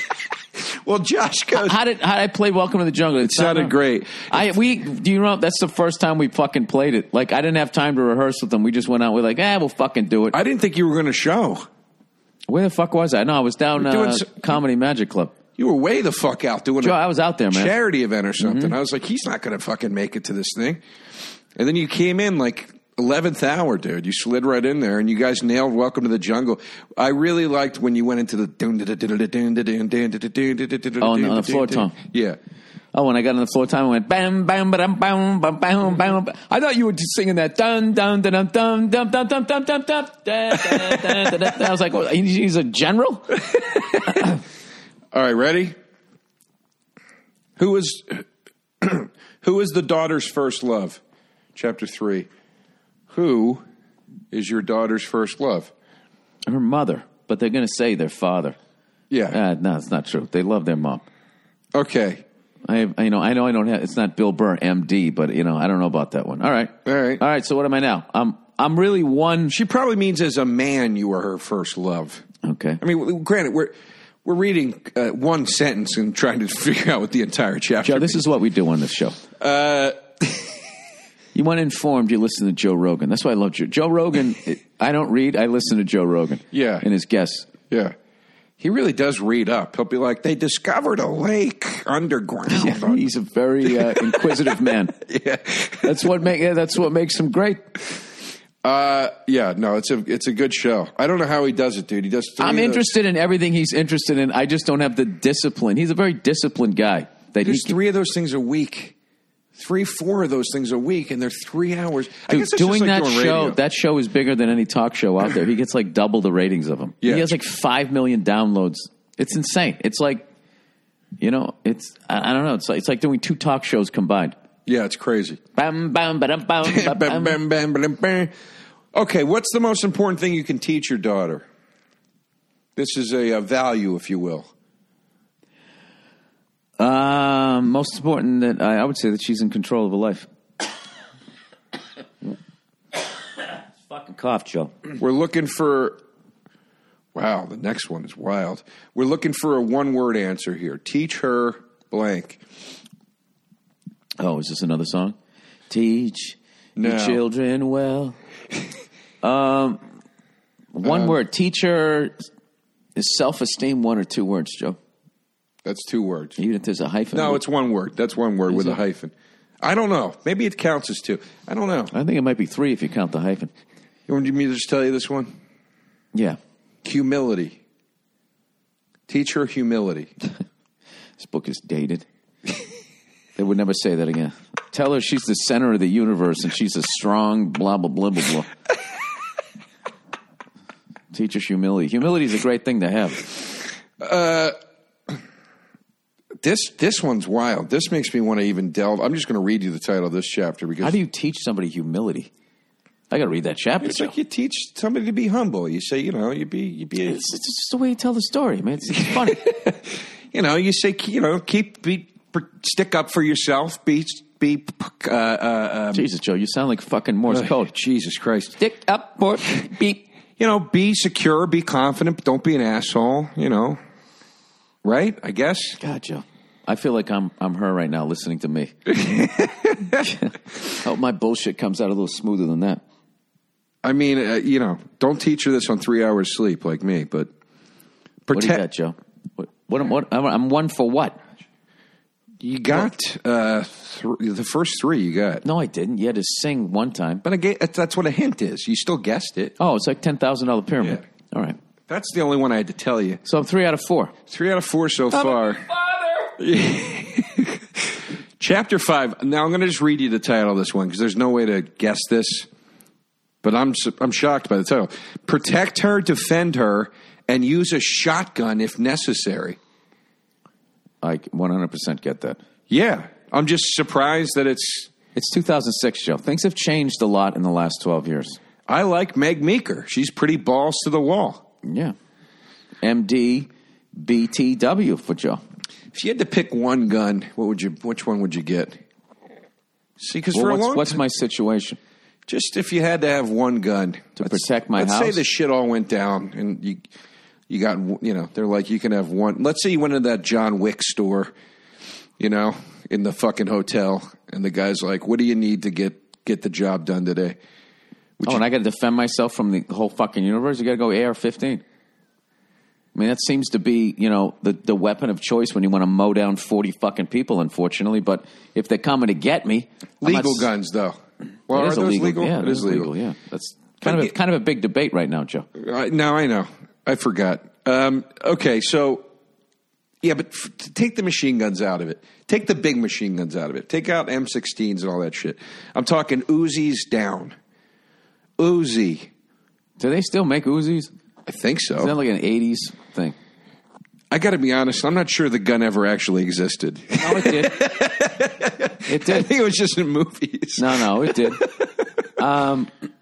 S2: well, Josh goes.
S1: How did how did I play Welcome to the Jungle? It
S2: sounded great.
S1: I we do you know that's the first time we fucking played it. Like I didn't have time to rehearse with them. We just went out. We're like, ah, we'll fucking do it.
S2: I didn't think you were going to show.
S1: Where the fuck was I? No, I was down
S2: We're doing
S1: uh,
S2: so-
S1: Comedy Magic Club.
S2: You were way the fuck out doing
S1: Joe,
S2: a
S1: I was out there, man. Mm-hmm.
S2: charity event or something. I was like, he's not going to fucking make it to this thing. And then you came in like 11th hour, dude. You slid right in there and you guys nailed Welcome to the Jungle. I really liked when you went into the.
S1: Oh, on the floor tom.
S2: Yeah.
S1: Oh, when I got on the floor time, I went bam, bam, bam, bam, bam, bam, bam. I thought you were just singing that dun, dun, dun, dun, dun, dun, dun, dun, dun, dun, dun, dun, dun, dun, dun. I was like, well, he's he's a general.
S2: All right, ready? Who was who is the daughter's first love? Chapter 3. Who is your daughter's first love?
S1: Her mother, but they're gonna say their father.
S2: Yeah.
S1: Uh, no, it's not true. They love their mom.
S2: Okay.
S1: I, I- you know, I know I don't have. It's not Bill Burr, M.D., but you know, I don't know about that one. All right,
S2: All right.
S1: all right. So what am I now? I'm I'm really one.
S2: She probably means as a man you were her first love.
S1: Okay,
S2: I mean, granted, we're we're reading uh, one sentence and trying to figure out what the entire chapter.
S1: Joe, this is what we do on this show.
S2: uh,
S1: You want informed, you listen to Joe Rogan. That's why I love Joe. Joe Rogan, I don't read, I listen to Joe Rogan.
S2: Yeah.
S1: And his guests.
S2: yeah. He really does read up. He'll be like, "They discovered a lake underground." Yeah,
S1: He's a very uh, inquisitive man. That's what make, yeah, that's what makes him great.
S2: uh, yeah. No, it's a it's a good show. I don't know how he does it, dude. He does. three
S1: I'm
S2: of those-
S1: interested in everything he's interested in. I just don't have the discipline. He's a very disciplined guy. That he
S2: There's
S1: can-
S2: three of those things a week. Three, four of those things a week, and they're three hours. I
S1: Dude,
S2: guess it's
S1: doing
S2: just like
S1: that
S2: doing
S1: show,
S2: radio.
S1: that show is bigger than any talk show out there. He gets like double the ratings of them.
S2: Yeah.
S1: He has like five million downloads. It's insane. It's like, you know, it's I, I don't know. It's like, it's like doing two talk shows combined.
S2: yeah, it's crazy.
S1: Bam, bam, ba-dum, bam, ba-bam.
S2: Bam, bam, bam, bam, bam. Okay, what's the most important thing you can teach your daughter? This is a, uh value, if you will.
S1: Um, most important that I, I would say that she's in control of her life. Fucking cough, Joe.
S2: We're looking for. Wow, the next one is wild. We're looking for a one word answer here. Teach her blank.
S1: Oh, is this another song? Teach
S2: No.
S1: your children well. um, one word. Teacher is self esteem. One or two words, Joe.
S2: That's two words.
S1: Even if there's a hyphen.
S2: No, it's one word. That's one word with
S1: it?
S2: a hyphen. I don't know. Maybe it counts as two. I don't know.
S1: I think it might be three if you count the hyphen.
S2: You want me to just tell you this one?
S1: Yeah,
S2: Humility. Teach her humility.
S1: this book is dated. they would never say that again. Tell her she's the center of the universe and she's a strong blah blah blah blah blah. Teach us humility. Humility is a great thing to have.
S2: This this one's wild. This makes me want to even delve. I'm just going to read you the title of this chapter because
S1: How do you teach somebody humility? I got to read that chapter.
S2: it's
S1: Joe.
S2: like you teach somebody to be humble. You say, you know, you be you be
S1: It's, it's just the way you tell the story, man. It's, it's funny.
S2: you know, you say, you know, keep be stick up for yourself, be be uh, uh,
S1: Jesus, Joe, you sound like fucking Morse
S2: uh,
S1: code.
S2: Jesus Christ.
S1: Stick up for beep.
S2: You know, be secure, be confident, don't be an asshole, you know. Right? I guess.
S1: God, Joe, I feel like I'm I'm her right now, listening to me. Hope my bullshit comes out a little smoother than that.
S2: I mean, uh, you know, don't teach her this on 3 hours sleep like me, but
S1: What do you
S2: protect
S1: got, Joe? What? What? am- what I'm, I'm one for what?
S2: you got, uh th- the first 3 you got.
S1: No, I didn't. You had to sing one time.
S2: But I ga- that's- that's what a hint is. You still guessed it.
S1: Oh, it's like ten thousand dollar pyramid.
S2: Yeah.
S1: All right.
S2: That's the only one I had to tell you.
S1: So I'm three out of four.
S2: 3 out of 4 so far. Chapter 5. Now I'm going to just read you the title of this one because there's no way to guess this. But I'm su- I'm shocked by the title. Protect her, defend her, and use a shotgun if necessary.
S1: I 100 percent get that.
S2: Yeah, I'm just surprised that it's.
S1: It's 2006, Joe. Things have changed a lot in the last 12 years.
S2: I like Meg Meeker. She's pretty balls to the wall.
S1: Yeah. MD BTW for Joe.
S2: If you had to pick one gun, what would you? Which one would you get? See, because
S1: Well,
S2: for a
S1: what's,
S2: long
S1: what's my situation?
S2: Just if you had to have one gun to
S1: protect my
S2: let's say
S1: house?
S2: the shit all went down and you you got you know they're like you can have one. Let's say you went into that John Wick store, you know, in the fucking hotel, and the guy's like, "What do you need to get get the job done today?"
S1: Oh, and I got to defend myself from the whole fucking universe. You got to go AR-15. I mean, that seems to be you know the the weapon of choice when you want to mow down forty fucking people. Unfortunately, but if they're coming to get me, I'm not
S2: Legal
S1: s-
S2: guns, though.
S1: It
S2: Well, are
S1: is
S2: those
S1: illegal.
S2: legal?
S1: Yeah,
S2: it is legal.
S1: Yeah, that's kind of a,
S2: get-
S1: kind of a big debate right now, Joe.
S2: I, now I know. I forgot. Um, okay, so yeah, but f- t- take the machine guns out of it. Take the big machine guns out of it. Take out M16s and all that shit. I'm talking Uzis down. Uzi.
S1: Do they still make Uzis? Is
S2: I think
S1: that
S2: so.
S1: like an '80s thing?
S2: I got to be honest. I'm not sure the gun ever actually existed.
S1: No, Oh, it did. it
S2: I
S1: did.
S2: think it was just in movies.
S1: No, no, it did. um,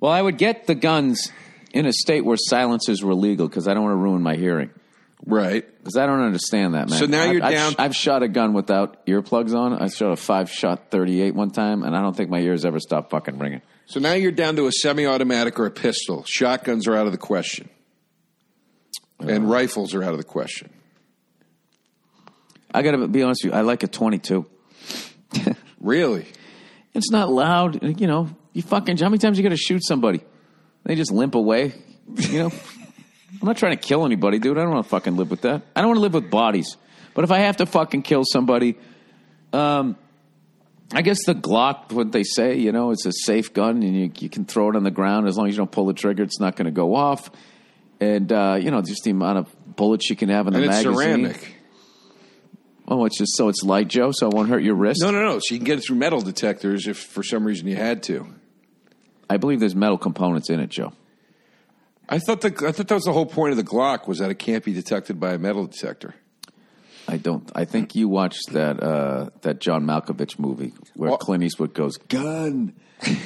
S1: well, I would get the guns in a state where silencers were legal because I don't want to ruin my hearing.
S2: Right.
S1: Because I don't understand that, man.
S2: So now
S1: I-
S2: you're
S1: I've,
S2: down-
S1: I've, shot a gun without earplugs on. I shot a five shot 38 one time, and I don't think my ears ever stopped fucking ringing.
S2: So now you're down to a semi-automatic or a pistol. Shotguns are out of the question,
S1: Uh.
S2: and rifles are out of the question.
S1: I got to be honest with you, I like a 22.
S2: Really?
S1: It's not loud. and, You know, you fucking, how many times you got to shoot somebody? They just limp away. You know, I'm not trying to kill anybody, dude. I don't want to fucking live with that. I don't want to live with bodies. But if I have to fucking kill somebody, um, I guess the Glock, what they say, you know, it's a safe gun and you, you can throw it on the ground. As long as you don't pull the trigger, it's not going to go off. And, uh, you know, just the amount of bullets you can have in
S2: And
S1: the
S2: it's
S1: magazine.
S2: ceramic.
S1: Oh, it's just so it's light, Joe, so it won't hurt your wrist.
S2: No, no, no. So you can get it through metal detectors if for some reason you had to.
S1: I believe there's metal components in it, Joe.
S2: I thought the I thought that was the whole point of the Glock was that it can't be detected by a metal detector.
S1: I don't. I think you watched that uh, that John Malkovich movie where
S2: Well-
S1: Clint Eastwood goes gun.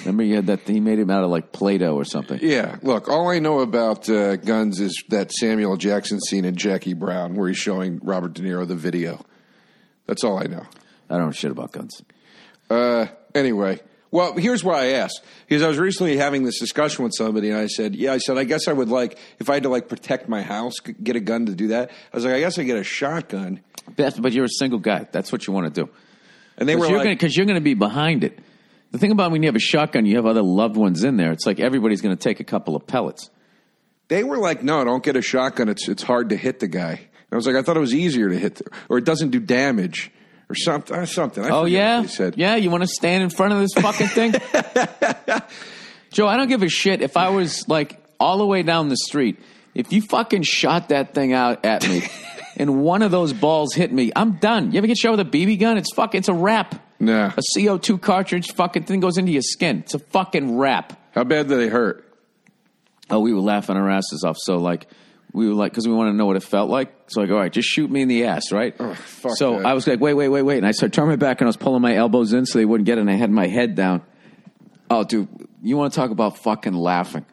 S1: Remember, you had that he made him out of like Play-Doh or something.
S2: Yeah, look, all I know about uh, guns is that Samuel L. Jackson scene in Jackie Brown where he's showing Robert De Niro the video. That's all I know.
S1: I don't know shit about guns.
S2: Uh, anyway, Well, here's why I asked because I was recently having this discussion with somebody, and I said, "Yeah," I said, "I guess I would like if I had to like protect my house, g- get a gun to do that." I was like, "I guess I get a shotgun,"
S1: That's, but you're a single guy. That's what you want to do.
S2: and they were
S1: Because you're going
S2: like,
S1: to you're going to be behind it. The thing about when you have a shotgun, you have other loved ones in there. It's like everybody's going to take a couple of pellets.
S2: "They were like, no, don't get a shotgun. It's it's hard to hit the guy." And I was like, "I thought it was easier to hit, the, or it doesn't do damage, or something, or something." I forget
S1: Oh
S2: what
S1: yeah,
S2: they said.
S1: yeah. You want to stand in front of this fucking thing, Joe? I don't give a shit if I was like all the way down the street. If you fucking shot that thing out at me, and one of those balls hit me, I'm done. You ever get shot with a BB gun? It's fucking. It's a wrap.
S2: Nah.
S1: A CO2 cartridge fucking thing goes into your skin. It's a fucking wrap.
S2: How bad did they hurt?
S1: Oh, we were laughing our asses off. So like, we were like, because we wanted to know what it felt like. So like, all right, just shoot me in the ass, right?
S2: Oh, fuck
S1: so
S2: that.
S1: I was like, wait, wait, wait, wait, and I started turning my back and I was pulling my elbows in so they wouldn't get it, and I had my head down. Oh, dude, you want to talk about fucking laughing?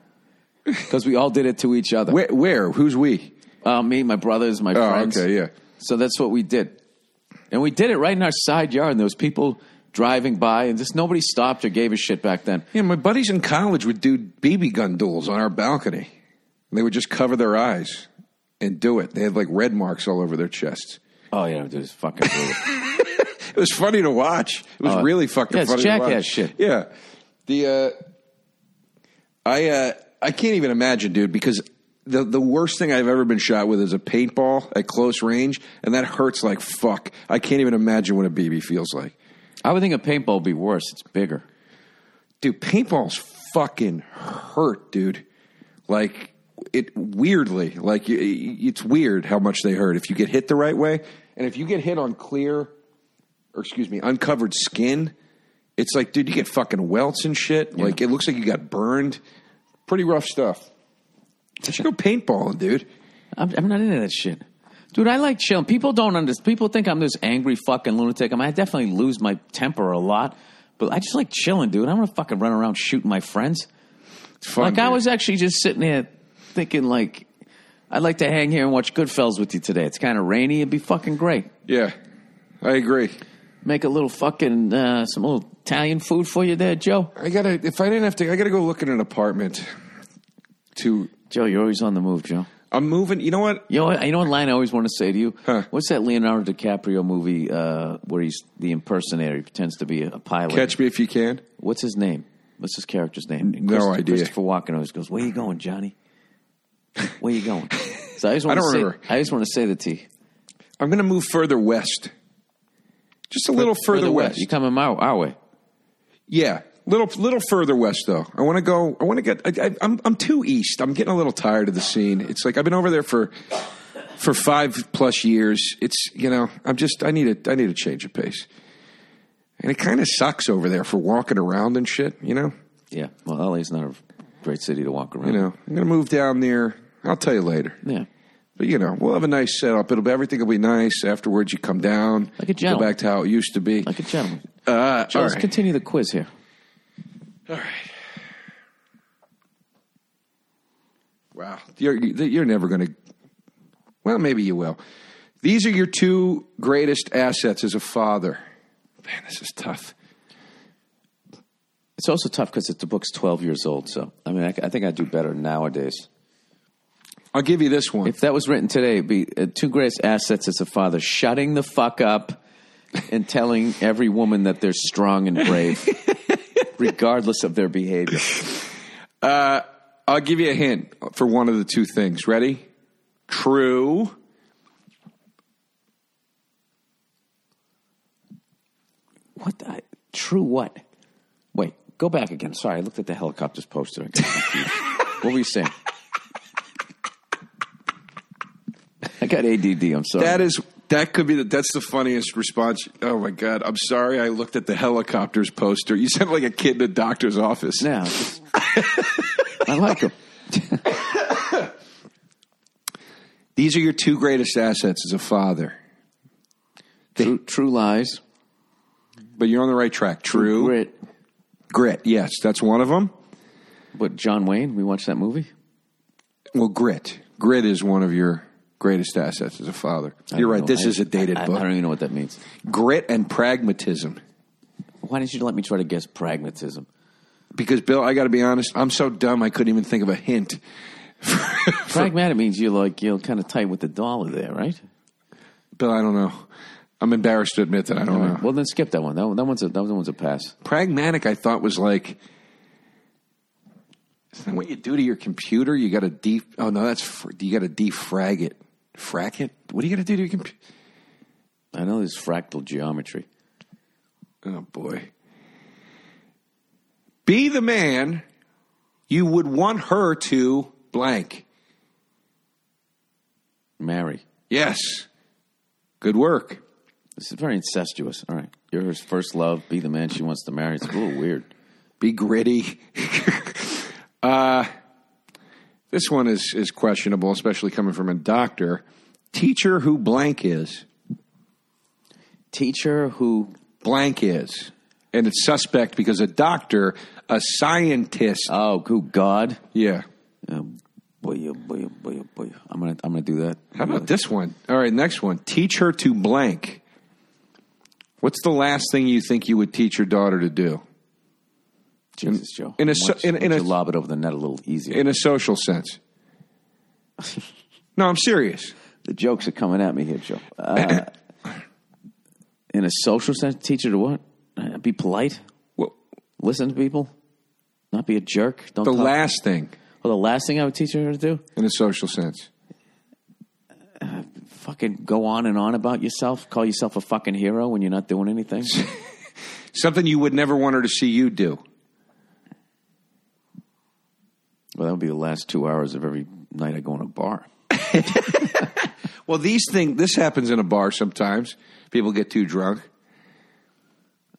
S1: Because we all did it to each other.
S2: Where? where? Who's we?
S1: Uh, me, my brothers, my
S2: Oh,
S1: friends.
S2: okay, yeah.
S1: So that's what we did, and we did it right in our side yard. And there was people driving by, and just nobody stopped or gave a shit back then.
S2: Yeah, my buddies in college would do BB gun duels on our balcony. They would just cover their eyes and do it. They had like red marks all over their chests.
S1: Oh yeah, dude, it's fucking brutal.
S2: It was funny to watch. It was
S1: Oh,
S2: really fucking
S1: yeah, it's
S2: funny to
S1: jackass
S2: watch.
S1: shit.
S2: Yeah. The uh I uh I can't even imagine, dude, because the the worst thing I've ever been shot with is a paintball at close range, and that hurts like fuck. I can't even imagine what a BB feels like.
S1: I would think a paintball would be worse. It's bigger.
S2: dude paintballs fucking hurt dude like it weirdly like y- y- it's weird how much they hurt if you get hit the right way and if you get hit on clear or excuse me uncovered skin it's like dude you get fucking welts and shit like it looks like you got burned pretty rough stuff I should go paintballing dude
S1: I'm, I'm not into that shit. Dude, I like chilling. People don't understand. People think I'm this angry fucking lunatic. I, mean, I definitely lose my temper a lot, but I just like chilling, dude. I don't want to fucking run around shooting my friends.
S2: it's fun
S1: like, I
S2: dude.
S1: was actually just sitting here thinking, like, I'd like to hang here and watch Goodfellas with you today. It's kind of rainy. It'd be fucking great.
S2: yeah i agree
S1: Make a little fucking, uh, some little Italian food for you there, Joe.
S2: i gotta if i didn't have to i gotta go look at an apartment to
S1: Joe, you're always on the move, Joe.
S2: i'm moving you know what
S1: You know, what- you know what line I always want to say to you?
S2: Huh.
S1: What's that Leonardo DiCaprio movie uh, where he's the impersonator? He pretends to be a pilot.
S2: catch me if you can
S1: What's his name? What's his character's name? And
S2: No
S1: Christopher-
S2: idea.
S1: Christopher Walken always goes, "Where you going, Johnny? Where you going?" So I just want
S2: I
S1: to
S2: don't
S1: say,
S2: remember.
S1: I just want to say the T.
S2: I'm going to move further west. Just a little further, west.
S1: You coming my our way?
S2: Yeah, little little further west though. I want to go. I want to get. I, I, I'm I'm too east. I'm getting a little tired of the scene. It's like I've been over there for for five plus years. It's you know I'm just I need a I need a change of pace. And it kind of sucks over there for walking around and shit. You know.
S1: Yeah. Well, LA's not a great city to walk around.
S2: You know. I'm going to move down there. I'll tell you later.
S1: Yeah.
S2: But you know, we'll have a nice setup. It'll be everything will be nice. Afterwards, you come down,
S1: Like a
S2: go
S1: gentleman.
S2: back to how it used to be.
S1: Like a gentleman.
S2: uh,
S1: Joe,
S2: all
S1: let's
S2: right.
S1: continue the quiz here.
S2: Wow, you're you're never going to. Well, maybe you will. These are your two greatest assets as a father. Man, this is tough.
S1: It's also tough because the book's twelve years old. So I mean, I, I think I do better nowadays.
S2: I'll give you this one.
S1: If that was written today, it'd be uh, two greatest assets as a father shutting the fuck up and telling every woman that they're strong and brave, regardless of their behavior.
S2: I'll give you a hint for one of the two things. Ready? True.
S1: What? The, true what? Wait, go back again. Sorry, I looked at the helicopters poster. and got confused. what were you saying? I got ADD. I'm sorry.
S2: That is that could be the, that's the funniest response. Oh my god, I'm sorry. I looked at the helicopters poster. You sound like a kid in a doctor's office.
S1: now. just- I like them.
S2: These are your two greatest assets as a father.
S1: True, true lies.
S2: But you're on the right track. True.
S1: Grit.
S2: Grit. Yes, that's one of them.
S1: What? John Wayne? We watched that movie.
S2: Well, grit. Grit is one of your greatest assets as a father.
S1: I
S2: You're
S1: don't
S2: right.
S1: know.
S2: This
S1: I-
S2: is a dated
S1: I- I
S2: book.
S1: don't even know what that means.
S2: grit and pragmatism.
S1: why didn't you let me try to guess pragmatism?
S2: Because Bill, I got to be honest, I'm so dumb I couldn't even think of a hint.
S1: Pragmatic means you're like you're kind of tight with the dollar there, right?
S2: Bill, I don't know. I'm embarrassed to admit that I don't know.
S1: Well, then skip that one. That, one- that one's a that one's a pass.
S2: Pragmatic, I thought was like. Isn't that what you do to your computer? You got to de Oh no, that's fr- you got to defrag it. Frack it. What do you got to do to your computer?
S1: I know there's fractal geometry.
S2: Oh boy. Be the man you would want her to blank.
S1: Marry.
S2: Yes. Good work.
S1: This is very incestuous. All right, you're her first love. Be the man she wants to marry. It's a little weird.
S2: Be gritty. uh, this one is, is questionable, especially coming from a doctor. Teacher who blank is.
S1: Teacher who
S2: Blank is. And it's suspect because a doctor, a scientist.
S1: oh who God.
S2: yeah.
S1: Oh, boy, oh, boy, oh, boy, oh, boy. I'm gonna I'm gonna do that.
S2: How about this one? All right, next one. Teach her to blank. What's the last thing you think you would teach your daughter to do
S1: Jesus, Joe.
S2: in a
S1: Why
S2: so-
S1: don't you-
S2: in- in
S1: why don't
S2: a-
S1: you lob it over the net a little easier.
S2: in a social sense? No, I'm serious.
S1: the jokes are coming at me here, Joe. Uh, in a social sense, teacher to what? Uh, be polite.
S2: Well,
S1: Listen to people. Not be a jerk. Don't
S2: the
S1: talk-
S2: last thing
S1: Well, the last thing I would teach her to do,
S2: in a social sense.
S1: fucking go on and on about yourself. Call yourself a fucking hero when you're not doing anything.
S2: Something you would never want her to see you do.
S1: well, that would be the last two hours of every night I go in a bar.
S2: Well, these things this happens in a bar sometimes. People get too drunk.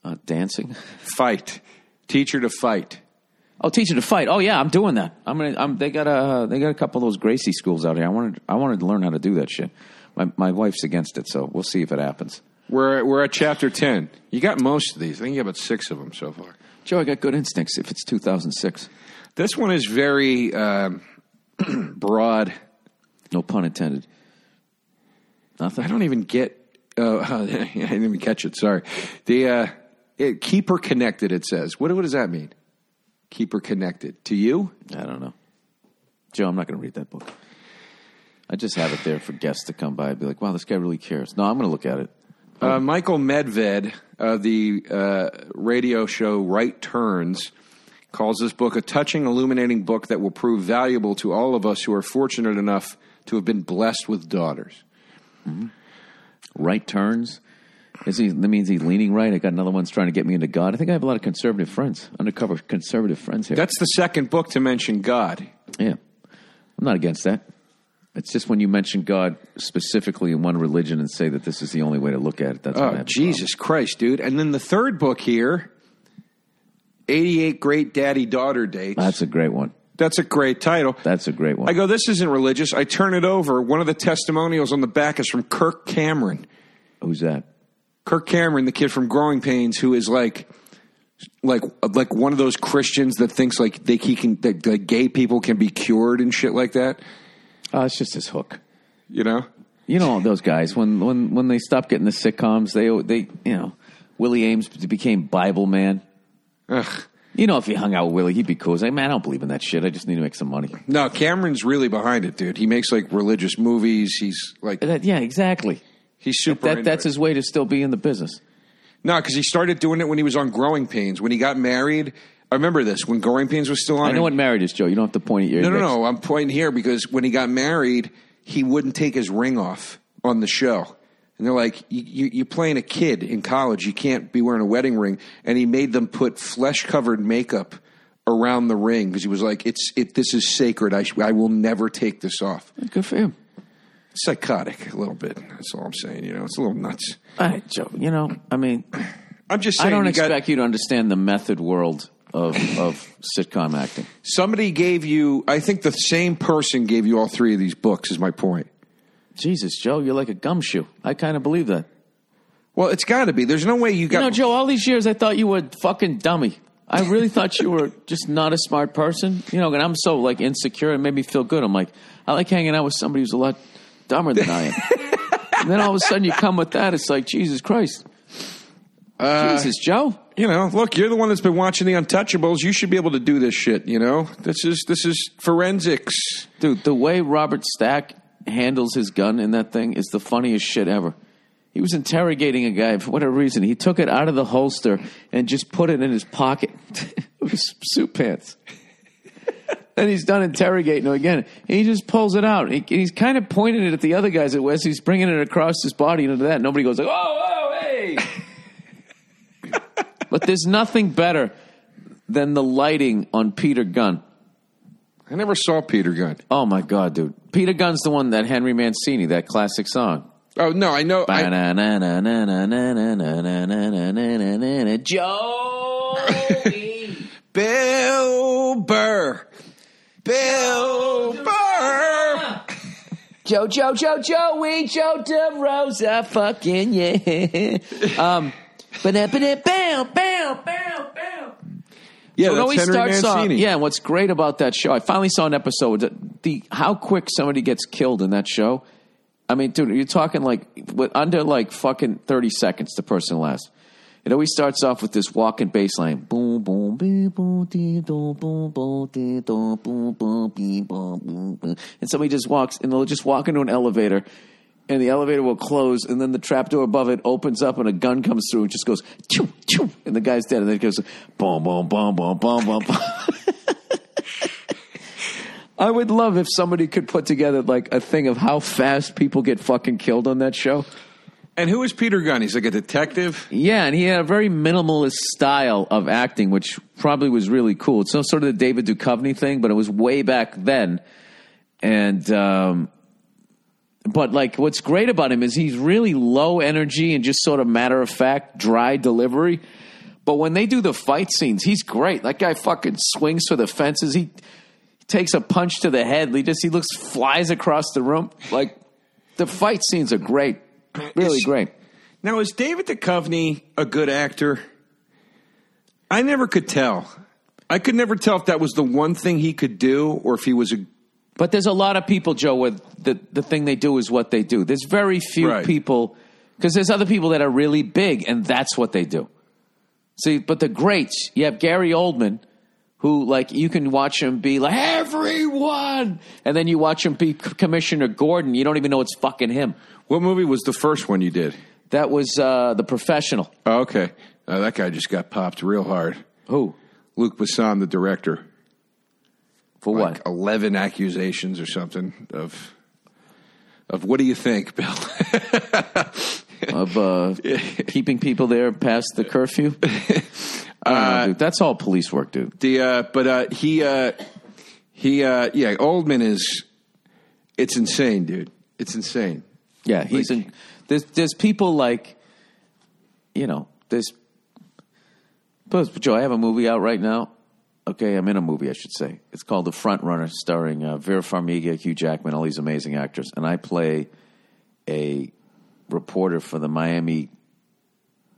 S1: Uh, dancing.
S2: Fight. Teach her to fight.
S1: Oh, teach her to fight. Oh yeah, I'm doing that. I'm gonna. I'm, they got a. They got a couple of those Gracie schools out here. I wanted. I wanted to learn how to do that shit. My my wife's against it, so we'll see if it happens.
S2: We're we're at chapter ten. You got most of these. I think you got about six of them so far.
S1: Joe, I got good instincts. If it's 2006,
S2: This one is very um, broad.
S1: no pun intended. Nothing.
S2: I don't even get. Uh, I didn't even catch it. Sorry. The uh, it, keep her connected. It says. What what does that mean? Keep her connected to you. Uh,
S1: I don't know. Joe, I'm not going to read that book. I just have it there for guests to come by and be like, wow, this guy really cares. No, I'm going to look at it.
S2: Uh, Michael Medved of the uh, radio show Right Turns calls this book a touching, illuminating book that will prove valuable to all of us who are fortunate enough to have been blessed with daughters.
S1: Right turns. Is he, that means he's leaning right. I got another one's trying to get me into God. I think I have a lot of conservative friends, undercover conservative friends here.
S2: That's the second book to mention God.
S1: yeah. I'm not against that. It's just when you mention God specifically in one religion and say that this is the only way to look at it. That's when I
S2: Oh,
S1: have a
S2: Jesus Christ, dude. And then the third book here 88 Great Daddy Daughter Dates.
S1: problem. That's a great one.
S2: That's a great title.
S1: That's a great one.
S2: I go, this isn't religious. I turn it over. One of the testimonials on the back is from Kirk Cameron.
S1: Who's that?
S2: Kirk Cameron, the kid from Growing Pains, who is like, like, like one of those Christians that thinks like they he can that, that gay people can be cured and shit like that.
S1: Oh, it's just his hook.
S2: You know,
S1: You know those guys when when when they stopped getting the sitcoms, they they you know Willie Ames became Bible man.
S2: Ugh.
S1: You know if you hung out with Willie, he'd be cool. He's like, man, I don't believe in that shit. I just need to make some money.
S2: no, Cameron's really behind it, dude. He makes like religious movies. He's like
S1: That- yeah, exactly.
S2: he's super.
S1: That
S2: into
S1: that's
S2: it.
S1: his way to still be in the business.
S2: no, because he started doing it when he was on Growing Pains. When he got married, I remember this when Growing Pains was still on.
S1: I know what married is, Joe. You don't have to point at your
S2: No, no,
S1: index.
S2: no. I'm pointing here because when he got married, he wouldn't take his ring off on the show. And they're like, you, you, you're playing a kid in college. You can't be wearing a wedding ring. And he made them put flesh covered makeup around the ring because he was like, it's it. This is sacred. I sh- I will never take this off.
S1: Good for him.
S2: Psychotic a little bit. That's all I'm saying. You know, it's a little nuts.
S1: All right, Joe. You know, I mean,
S2: I'm just saying.
S1: I don't
S2: you got-
S1: expect you to understand the method world of of sitcom acting.
S2: somebody gave you. I think the same person gave you all three of these books. Is my point.
S1: Jesus, Joe, you're like a gumshoe. I kind of believe that.
S2: Well, it's got to be. There's no way you got.
S1: You know, Joe, all these years I thought you were a fucking dummy. I really thought you were just not a smart person. You know, and I'm so like insecure. It made me feel good. I'm like, I like hanging out with somebody who's a lot dumber than I am. and then all of a sudden you come with that. It's like Jesus Christ. Jesus, Joe.
S2: you know, look, you're the one that's been watching the Untouchables. You should be able to do this shit. You know, this is this is forensics.
S1: Dude, the way Robert Stack handles his gun in that thing is the funniest shit ever. He was interrogating a guy for whatever reason. He took it out of the holster and just put it in his pocket of his suit pants. Then he's done interrogating him again. And he just pulls it out. He, he's kind of pointing it at the other guys at West. He's bringing it across his body into that. Nobody goes like, "Oh, oh, hey!" but there's nothing better than the lighting on Peter Gunn.
S2: I never saw Peter Gunn.
S1: Oh my god, dude! Peter Gunn's the one that Henry Mancini, that classic song.
S2: Oh no, I know. I,
S1: Joey,
S2: Bill Burr. Bill Burr.
S1: Joe, Joe, Joe, Joey, Joe DeRosa, fucking yeah. Um, ba-da, ba-da, bam, bam, bam, bam.
S2: Yeah,
S1: It
S2: that's
S1: always
S2: Henry
S1: starts off-
S2: Mancini.
S1: yeah, and what's great about that show? I finally saw an episode. The, the how quick somebody gets killed in that show. I mean, dude, you're talking like with, under like fucking thirty seconds. The person lasts. It always starts off with this walking bass line. Boom, boom, bee, boom, dee, dong, boom, boom, dee, dong, boom, boom, bee, boom, boom, boom. And somebody just walks, and they'll just walk into an elevator, and the elevator will close, and then the trapdoor above it opens up, and a gun comes through and just goes, choo, choo, and the guy's dead, and then it goes, boom, boom, boom, boom, boom, boom, boom. I would love if somebody could put together like a thing of how fast people get fucking killed on that show.
S2: And who is Peter Gunn? He's like a detective.
S1: Yeah, and he had a very minimalist style of acting, which probably was really cool. It's not sort of the David Duchovny thing, but it was way back then. And um, but like, what's great about him is he's really low energy and just sort of matter of fact, dry delivery. But when they do the fight scenes, he's great. That guy fucking swings for the fences. He takes a punch to the head. He just he looks flies across the room. Like the fight scenes are great, really
S2: Is-
S1: great.
S2: Now, is David Duchovny a good actor? I never could tell. I could never tell if that was the one thing he could do, or if he was a
S1: But there's a lot of people, Joe, where the, the thing they do is what they do. There's very few
S2: Right.
S1: people, because there's other people that are really big, and that's what they do. See, but the greats, you have Gary Oldman, who, like, you can watch him be like, everyone! And then you watch him be C- Commissioner Gordon, you don't even know it's fucking him.
S2: What movie was the first one you did?
S1: That was uh, The Professional.
S2: Oh, okay.
S3: Uh, that guy just got popped real hard.
S1: Who?
S3: Luke Bassam, the director,
S1: For
S3: like
S1: what?
S3: eleven accusations or something of of what do you think, Bill?
S1: Of uh, keeping people there past the curfew? I don't know, dude. That's all police work, dude.
S3: the uh, but uh, he uh, he uh, yeah, Oldman is it's insane, dude. It's insane.
S1: Yeah, he's in. There's there's people like, you know, there's. But Joe, I have a movie out right now. Okay, I'm in a movie, I should say. It's called The Front Runner, starring uh, Vera Farmiga, Hugh Jackman, all these amazing actors, and I play a reporter for the Miami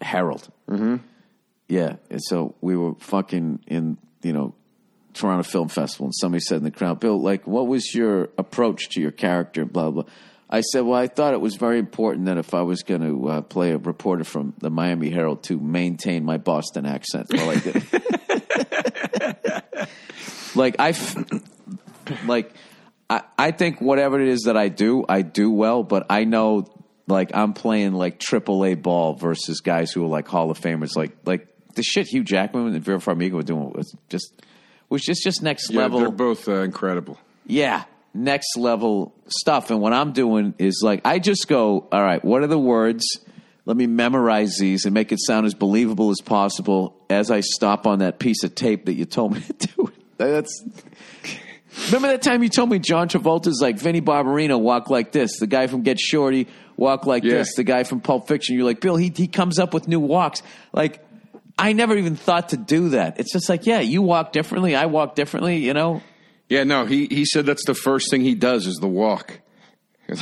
S1: Herald. Mm-hmm. Yeah, and so we were fucking in, you know, Toronto Film Festival, and somebody said in the crowd, Bill, like, what was your approach to your character? Blah, blah. I said, well, I thought it was very important that if I was going to uh, play a reporter from the Miami Herald to maintain my Boston accent while I did. like, I, f- like, I, I think whatever it is that I do, I do well, but I know, like, I'm playing, like, AAA ball versus guys who are, like, Hall of Famers. Like, like the shit Hugh Jackman and Vera Farmiga were doing was just, was just, just next
S2: Yeah,
S1: level
S2: they're both uh, incredible.
S1: yeah, next level stuff. And what I'm doing is like, I just go, all right, what are the words? Let me memorize these and make it sound as believable as possible as I stop on that piece of tape that you told me to do. That's. Remember that time you told me John Travolta's like Vinnie Barbarino walk like this, the guy from Get Shorty walk like this, the guy from Pulp Fiction. You're like Bill, he he comes up with new walks. Like I never even thought to do that. It's just like yeah, you walk differently, I walk differently. You know,
S2: Yeah, no, he, he said that's the first thing he does is the walk.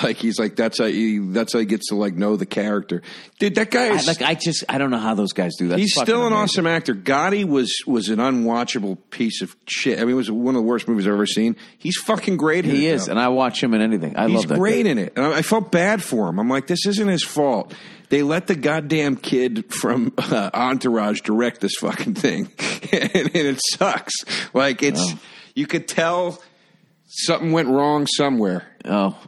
S2: Like he's like that's how he, that's how he gets to like know the character, dude. That
S1: I,
S2: guy is
S1: like I just I don't know how those guys do that.
S2: He's still an awesome actor. Gotti was was an unwatchable piece of shit. I mean, it was one of the worst movies I've ever seen. He's fucking great. in
S1: He
S2: it,
S1: is,
S2: though.
S1: and I watch him in anything. I
S2: He's
S1: love that.
S2: great
S1: guy.
S2: in it. And I, I felt bad for him. I'm like, this isn't his fault. They let the goddamn kid from uh, Entourage direct this fucking thing, and, and it sucks. Like it's you could tell something went wrong somewhere.
S1: Oh,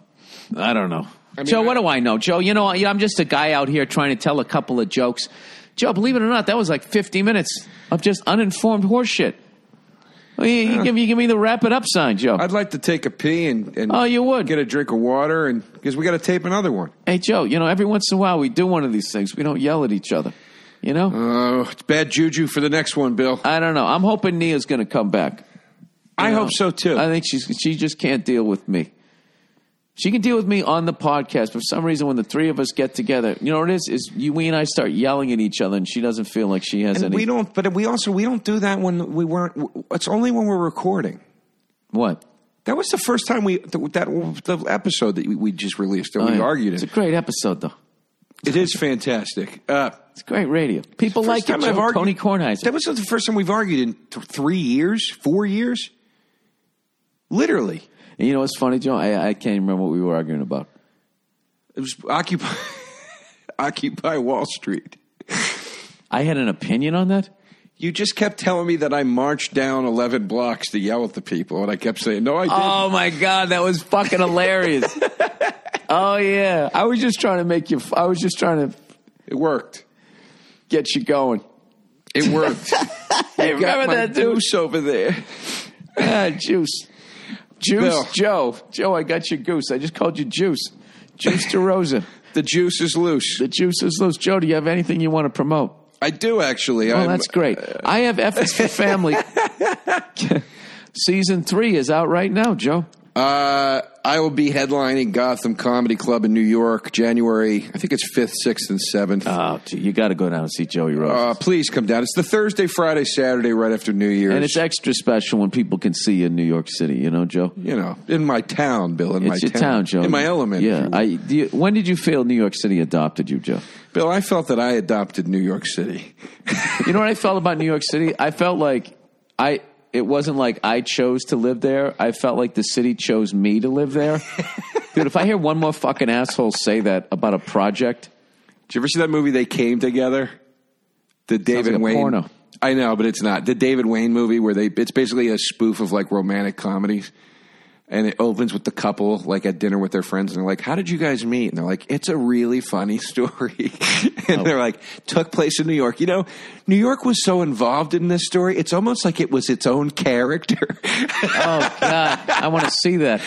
S1: I don't know.
S2: mean,
S1: Joe,
S2: I-
S1: what do I know? Joe, you know, I- I'm just a guy out here trying to tell a couple of jokes. Joe, believe it or not, that was like 50 minutes of just uninformed horseshit. I mean, you, give, you give me the wrap it up sign, Joe.
S2: I'd like to take a pee and, and
S1: oh, you would.
S2: get a drink of water, and because we got to tape another one.
S1: hey, Joe, you know, every once in a while we do one of these things. We don't yell at each other. You know?
S2: Oh, it's bad juju for the next one, Bill.
S1: I don't know. I'm hoping Nia's going to come back.
S2: I
S1: You know?
S2: hope so too.
S1: I think she's she just can't deal with me. She can deal with me on the podcast. but For some reason, when the three of us get together, you know what it is? Is you, we and I start yelling at each other, and she doesn't feel like she has
S2: And
S1: any.
S2: we don't, but we also we don't do that when we weren't. It's only when we're recording.
S1: what?
S2: That was the first time we that the episode that we just released that we argued
S1: Oh, It's a
S2: in.
S1: great episode, though.
S2: It is fantastic. Uh,
S1: It's great radio. People
S2: first
S1: like it.
S2: time I've
S1: Joe.
S2: argued-
S1: Tony Kornheiser.
S2: that was the first time we've argued in th- three years, four years, literally.
S1: And you know what's funny, Joe? I, I can't remember what we were arguing about.
S2: It was occupy occupy Wall Street.
S1: I had an opinion on that.
S2: You just kept telling me that I marched down eleven blocks to yell at the people, and I kept saying, "No, I didn't."
S1: Oh my god, that was fucking hilarious. oh yeah, I was just trying to make you. I was just trying to
S2: it worked.
S1: get you going.
S2: It worked.
S1: Hey,
S2: Got
S1: remember
S2: my
S1: that, dude?
S2: goose over there.
S1: Ah, juice. Juice,
S2: Bill.
S1: Joe. Joe, I got your goose. I just called you Juice. Juice to Rosa.
S2: The juice is loose.
S1: The juice is loose. Joe, do you have anything you want to promote?
S2: I do actually.
S1: Oh,
S2: I'm-
S1: that's great. I have F is for Family. Season three is out right now, Joe.
S2: Uh, I will be headlining Gotham Comedy Club in New York, January. I think it's fifth, sixth, and seventh. Uh,
S1: Oh, gee, you got to go down and see Joey Rosa.
S2: please come down. It's the Thursday, Friday, Saturday, right after New Year's.
S1: and it's extra special when people can see you in New York City, you know, Joe?
S2: you know in my town, Bill. In
S1: It's
S2: my
S1: your town, Joe.
S2: In my element.
S1: Yeah. I, do you, when did you feel New York City adopted you, Joe?
S2: Bill. I felt that I adopted New York City.
S1: You know what I felt about New York City? I felt like I it wasn't like I chose to live there. I felt like the city chose me to live there. Dude, if I hear one more fucking asshole say that about a project,
S2: Did you ever see that movie? They came together. The David
S1: like a
S2: Wayne.
S1: porno.
S2: I know, but it's not the David Wayne movie where they. It's basically a spoof of like romantic comedies, and it opens with the couple like at dinner with their friends, and they're like, "How did you guys meet?" And they're like, "It's a really funny story,"
S1: Oh.
S2: and they're like, "Took place in New York." You know, New York was so involved in this story, it's almost like it was its own character.
S1: oh god, I want to see that.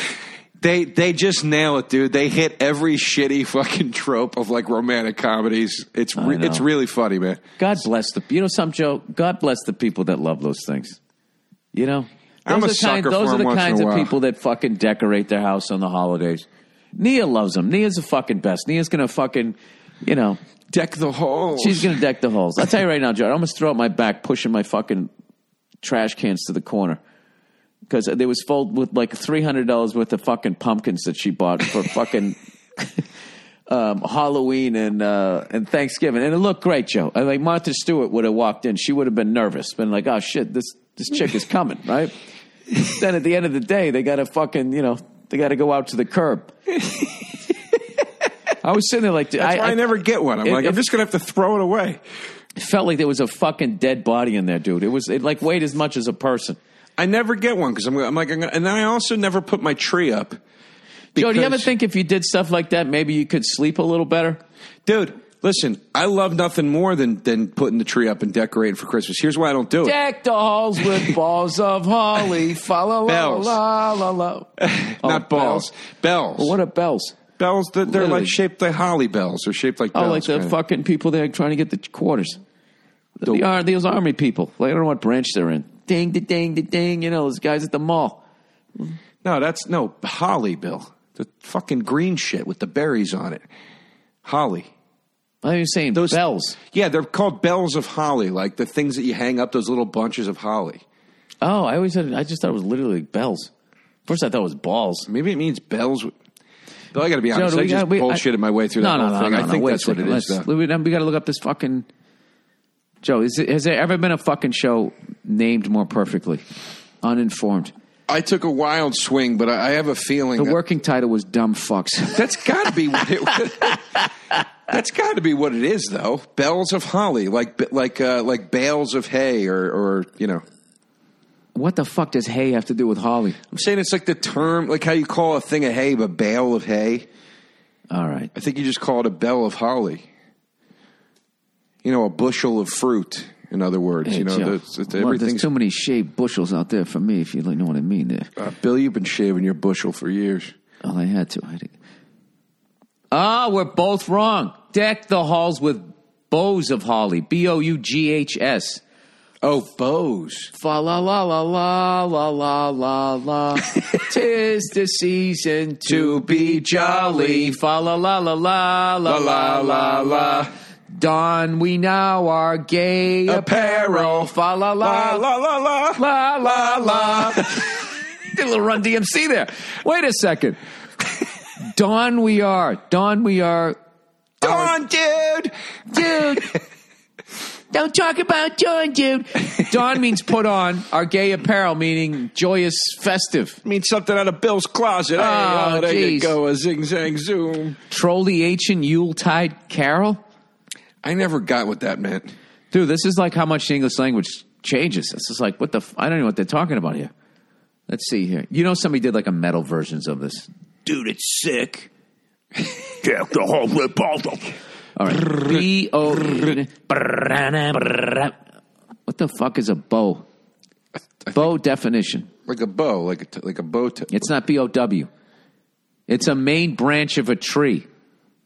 S2: They they just nail it, dude. They hit every shitty fucking trope of like romantic comedies. It's re-
S1: know.
S2: it's really funny, man.
S1: God bless the you know something, Joe. God bless the people that love those things. You know,
S2: I'm
S1: Those
S2: a
S1: are kind-
S2: sucker for
S1: Those are
S2: 'em
S1: the
S2: once in
S1: kinds
S2: a
S1: of
S2: while.
S1: people that fucking decorate their house on the holidays. Nia loves them. Nia's the fucking best. Nia's gonna fucking, you know,
S2: Deck the halls.
S1: She's going to deck the halls. I'll tell you right now, Joe. I almost threw out my back pushing my fucking trash cans to the corner because they was filled with like three hundred dollars worth of fucking pumpkins that she bought for fucking um, Halloween and uh, and Thanksgiving, and it looked great, Joe. I, like Martha Stewart would have walked in, she would have been nervous, been like, "Oh shit, this this chick is coming," right? then at the end of the day, they got to fucking you know they got to go out to the curb. I was sitting there like,
S2: That's why I, never get one. I'm
S1: It-
S2: like, I'm
S1: it-
S2: just gonna have to throw it away.
S1: felt like there was a fucking dead body in there, dude. It was it like weighed as much as a person.
S2: I never get one because I'm, I'm like, I'm gonna, and then I also never put my tree up.
S1: Joe, do you ever
S2: because-
S1: think if you did stuff like that, maybe you could sleep a little better?
S2: dude? Listen, I love nothing more than than putting the tree up and decorating for Christmas. Here's why I don't do it.
S1: Deck the halls with balls of holly, fa la la
S2: Bells.
S1: la la la.
S2: Not balls, bells.
S1: Oh, Well, what are bells?
S2: bells that they're
S1: Literally.
S2: like shaped like holly bells. They're shaped like
S1: Oh,
S2: bells.
S1: like the
S2: kinda.
S1: fucking people there trying to get the quarters. The, the, ar- those army people. Like, I don't know what branch they're in. Ding, da, ding, da, ding. You know, those guys at the mall.
S2: No, that's no holly, Bill. The fucking green shit with the berries on it. Holly.
S1: I was saying
S2: Those
S1: bells.
S2: Yeah, they're called bells of holly, like the things that you hang up those little bunches of holly.
S1: Oh, I always said I just thought it was literally bells. First, I thought it was balls.
S2: Maybe it means bells. Though I got to be
S1: Joe,
S2: honest,
S1: do
S2: I
S1: we
S2: just
S1: gotta- we-
S2: bullshitted
S1: I-
S2: my way through
S1: no,
S2: that
S1: no,
S2: whole
S1: no,
S2: thing.
S1: No,
S2: I
S1: no,
S2: think
S1: wait a
S2: that's what it
S1: second.
S2: is,
S1: Let's-
S2: though.
S1: We, got to look up this fucking. Joe, is it, has there ever been a fucking show named more perfectly? Uninformed.
S2: I took a wild swing, but I, I have a feeling
S1: The
S2: that-
S1: working title was Dumb Fucks.
S2: That's got to be what it was. That's got to be what it is, though. Bells of holly, like like uh, like bales of hay, or or you know.
S1: what the fuck does hay have to do with Holly?
S2: I'm saying it's like the term, like how you call a thing a hay, but bale of hay.
S1: All right.
S2: I think you just call it a bell of holly. You know, a bushel of fruit. In other words,
S1: Hey,
S2: you know,
S1: Joe.
S2: that's, that's,
S1: Well, there's
S2: everything's.
S1: too many shaved bushels out there for me, if you know what I mean. There.
S2: uh, Bill, you've been shaving your bushel for years.
S1: Well, I had to. I had to. Ah, we're both wrong. Deck the halls with bows of holly. B O U G H S.
S2: Oh, bows.
S1: Fa la la la la la la la la. Tis the season to be jolly. Fa la la la la la la la la. Don, we now are gay apparel. Fa la la la
S2: la la.
S1: la la la. Did a little Run DMC there. Wait a second. Don, we are. Don, we are.
S2: Darn, dude.
S1: Dude. Don't talk about Don, dude. Don means put on. Our gay apparel meaning joyous, festive.
S2: means something out of Bill's closet. Hey,
S1: Oh,
S2: there you
S1: geez.
S2: go, a zing zang zoom.
S1: Troll the ancient Yuletide carol.
S2: I never got what that meant.
S1: Dude, this is like how much the English language changes. This is like what the f- I don't even know what they're talking about here. Let's see here. You know somebody did like a metal versions of this.
S4: Dude, it's sick. Deck the whole with balls of-
S1: All right. B O. What the fuck is a bow? Bow definition.
S2: Like a bow, like a t- like a bow. T-
S1: It's not B O W. It's a main branch of a tree,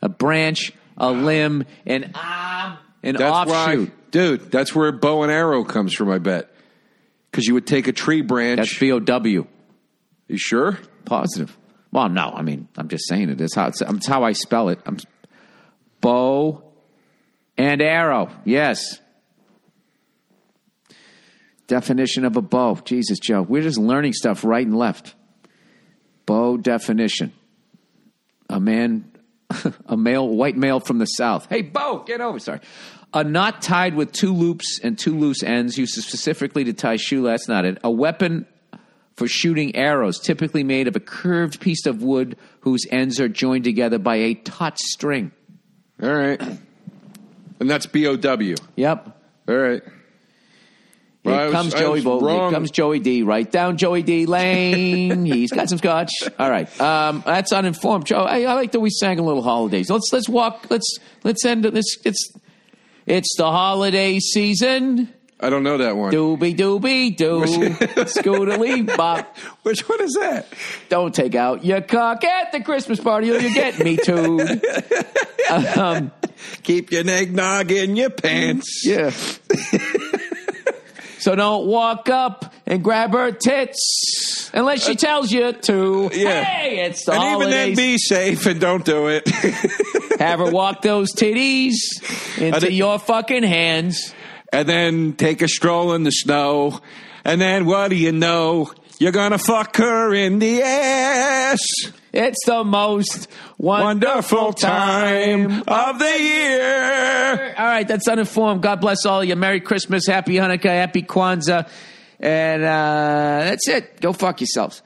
S1: a branch, a limb, an arm, an
S2: that's
S1: offshoot.
S2: why, dude. That's where bow and arrow comes from. I bet because you would take a tree branch.
S1: That's B O W.
S2: you sure?
S1: Positive. Well, no, I mean, I'm just saying it. It's how it's, it's how I spell it. I'm bow and arrow. Yes. Definition of a bow. Jesus, Joe, we're just learning stuff right and left. Bow definition. A man, a male, white male from the south. Hey, bow, get over. Sorry. A knot tied with two loops and two loose ends, used specifically to tie shoe. That's not it. A weapon for shooting arrows, typically made of a curved piece of wood whose ends are joined together by a taut string.
S2: All right. And that's B O W.
S1: Yep.
S2: All right. Well, I
S1: Here
S2: was-
S1: comes
S2: I
S1: Joey
S2: was
S1: Bo. Here
S2: wrong.
S1: comes Joey D. Right down Joey D. Lane. He's got some scotch. All right. Um, that's uninformed. Joe, I, I like that we sang a little holidays. Let's let's walk. Let's let's end it. Let's it's it's the holiday season.
S2: I don't know that one.
S1: Doobie doobie doo. Scootily bop.
S2: Which one is that?
S1: Don't take out your cock at the Christmas party or you get me too.
S2: Keep your eggnog in your pants.
S1: Mm. Yeah. so don't walk up and grab her tits unless she tells you to.
S2: yeah.
S1: Hey, it's the
S2: And even
S1: holidays.
S2: then, be safe and don't do it.
S1: Have her walk those titties into
S2: think-
S1: your fucking hands.
S2: and then take a stroll in the snow. And then what do you know? You're gonna fuck her in the ass.
S1: It's the most one.
S2: Wonderful time of the year.
S1: All right, that's uninformed. God bless all of you. Merry Christmas, Happy Hanukkah, Happy Kwanzaa, and uh, that's it. Go fuck yourselves.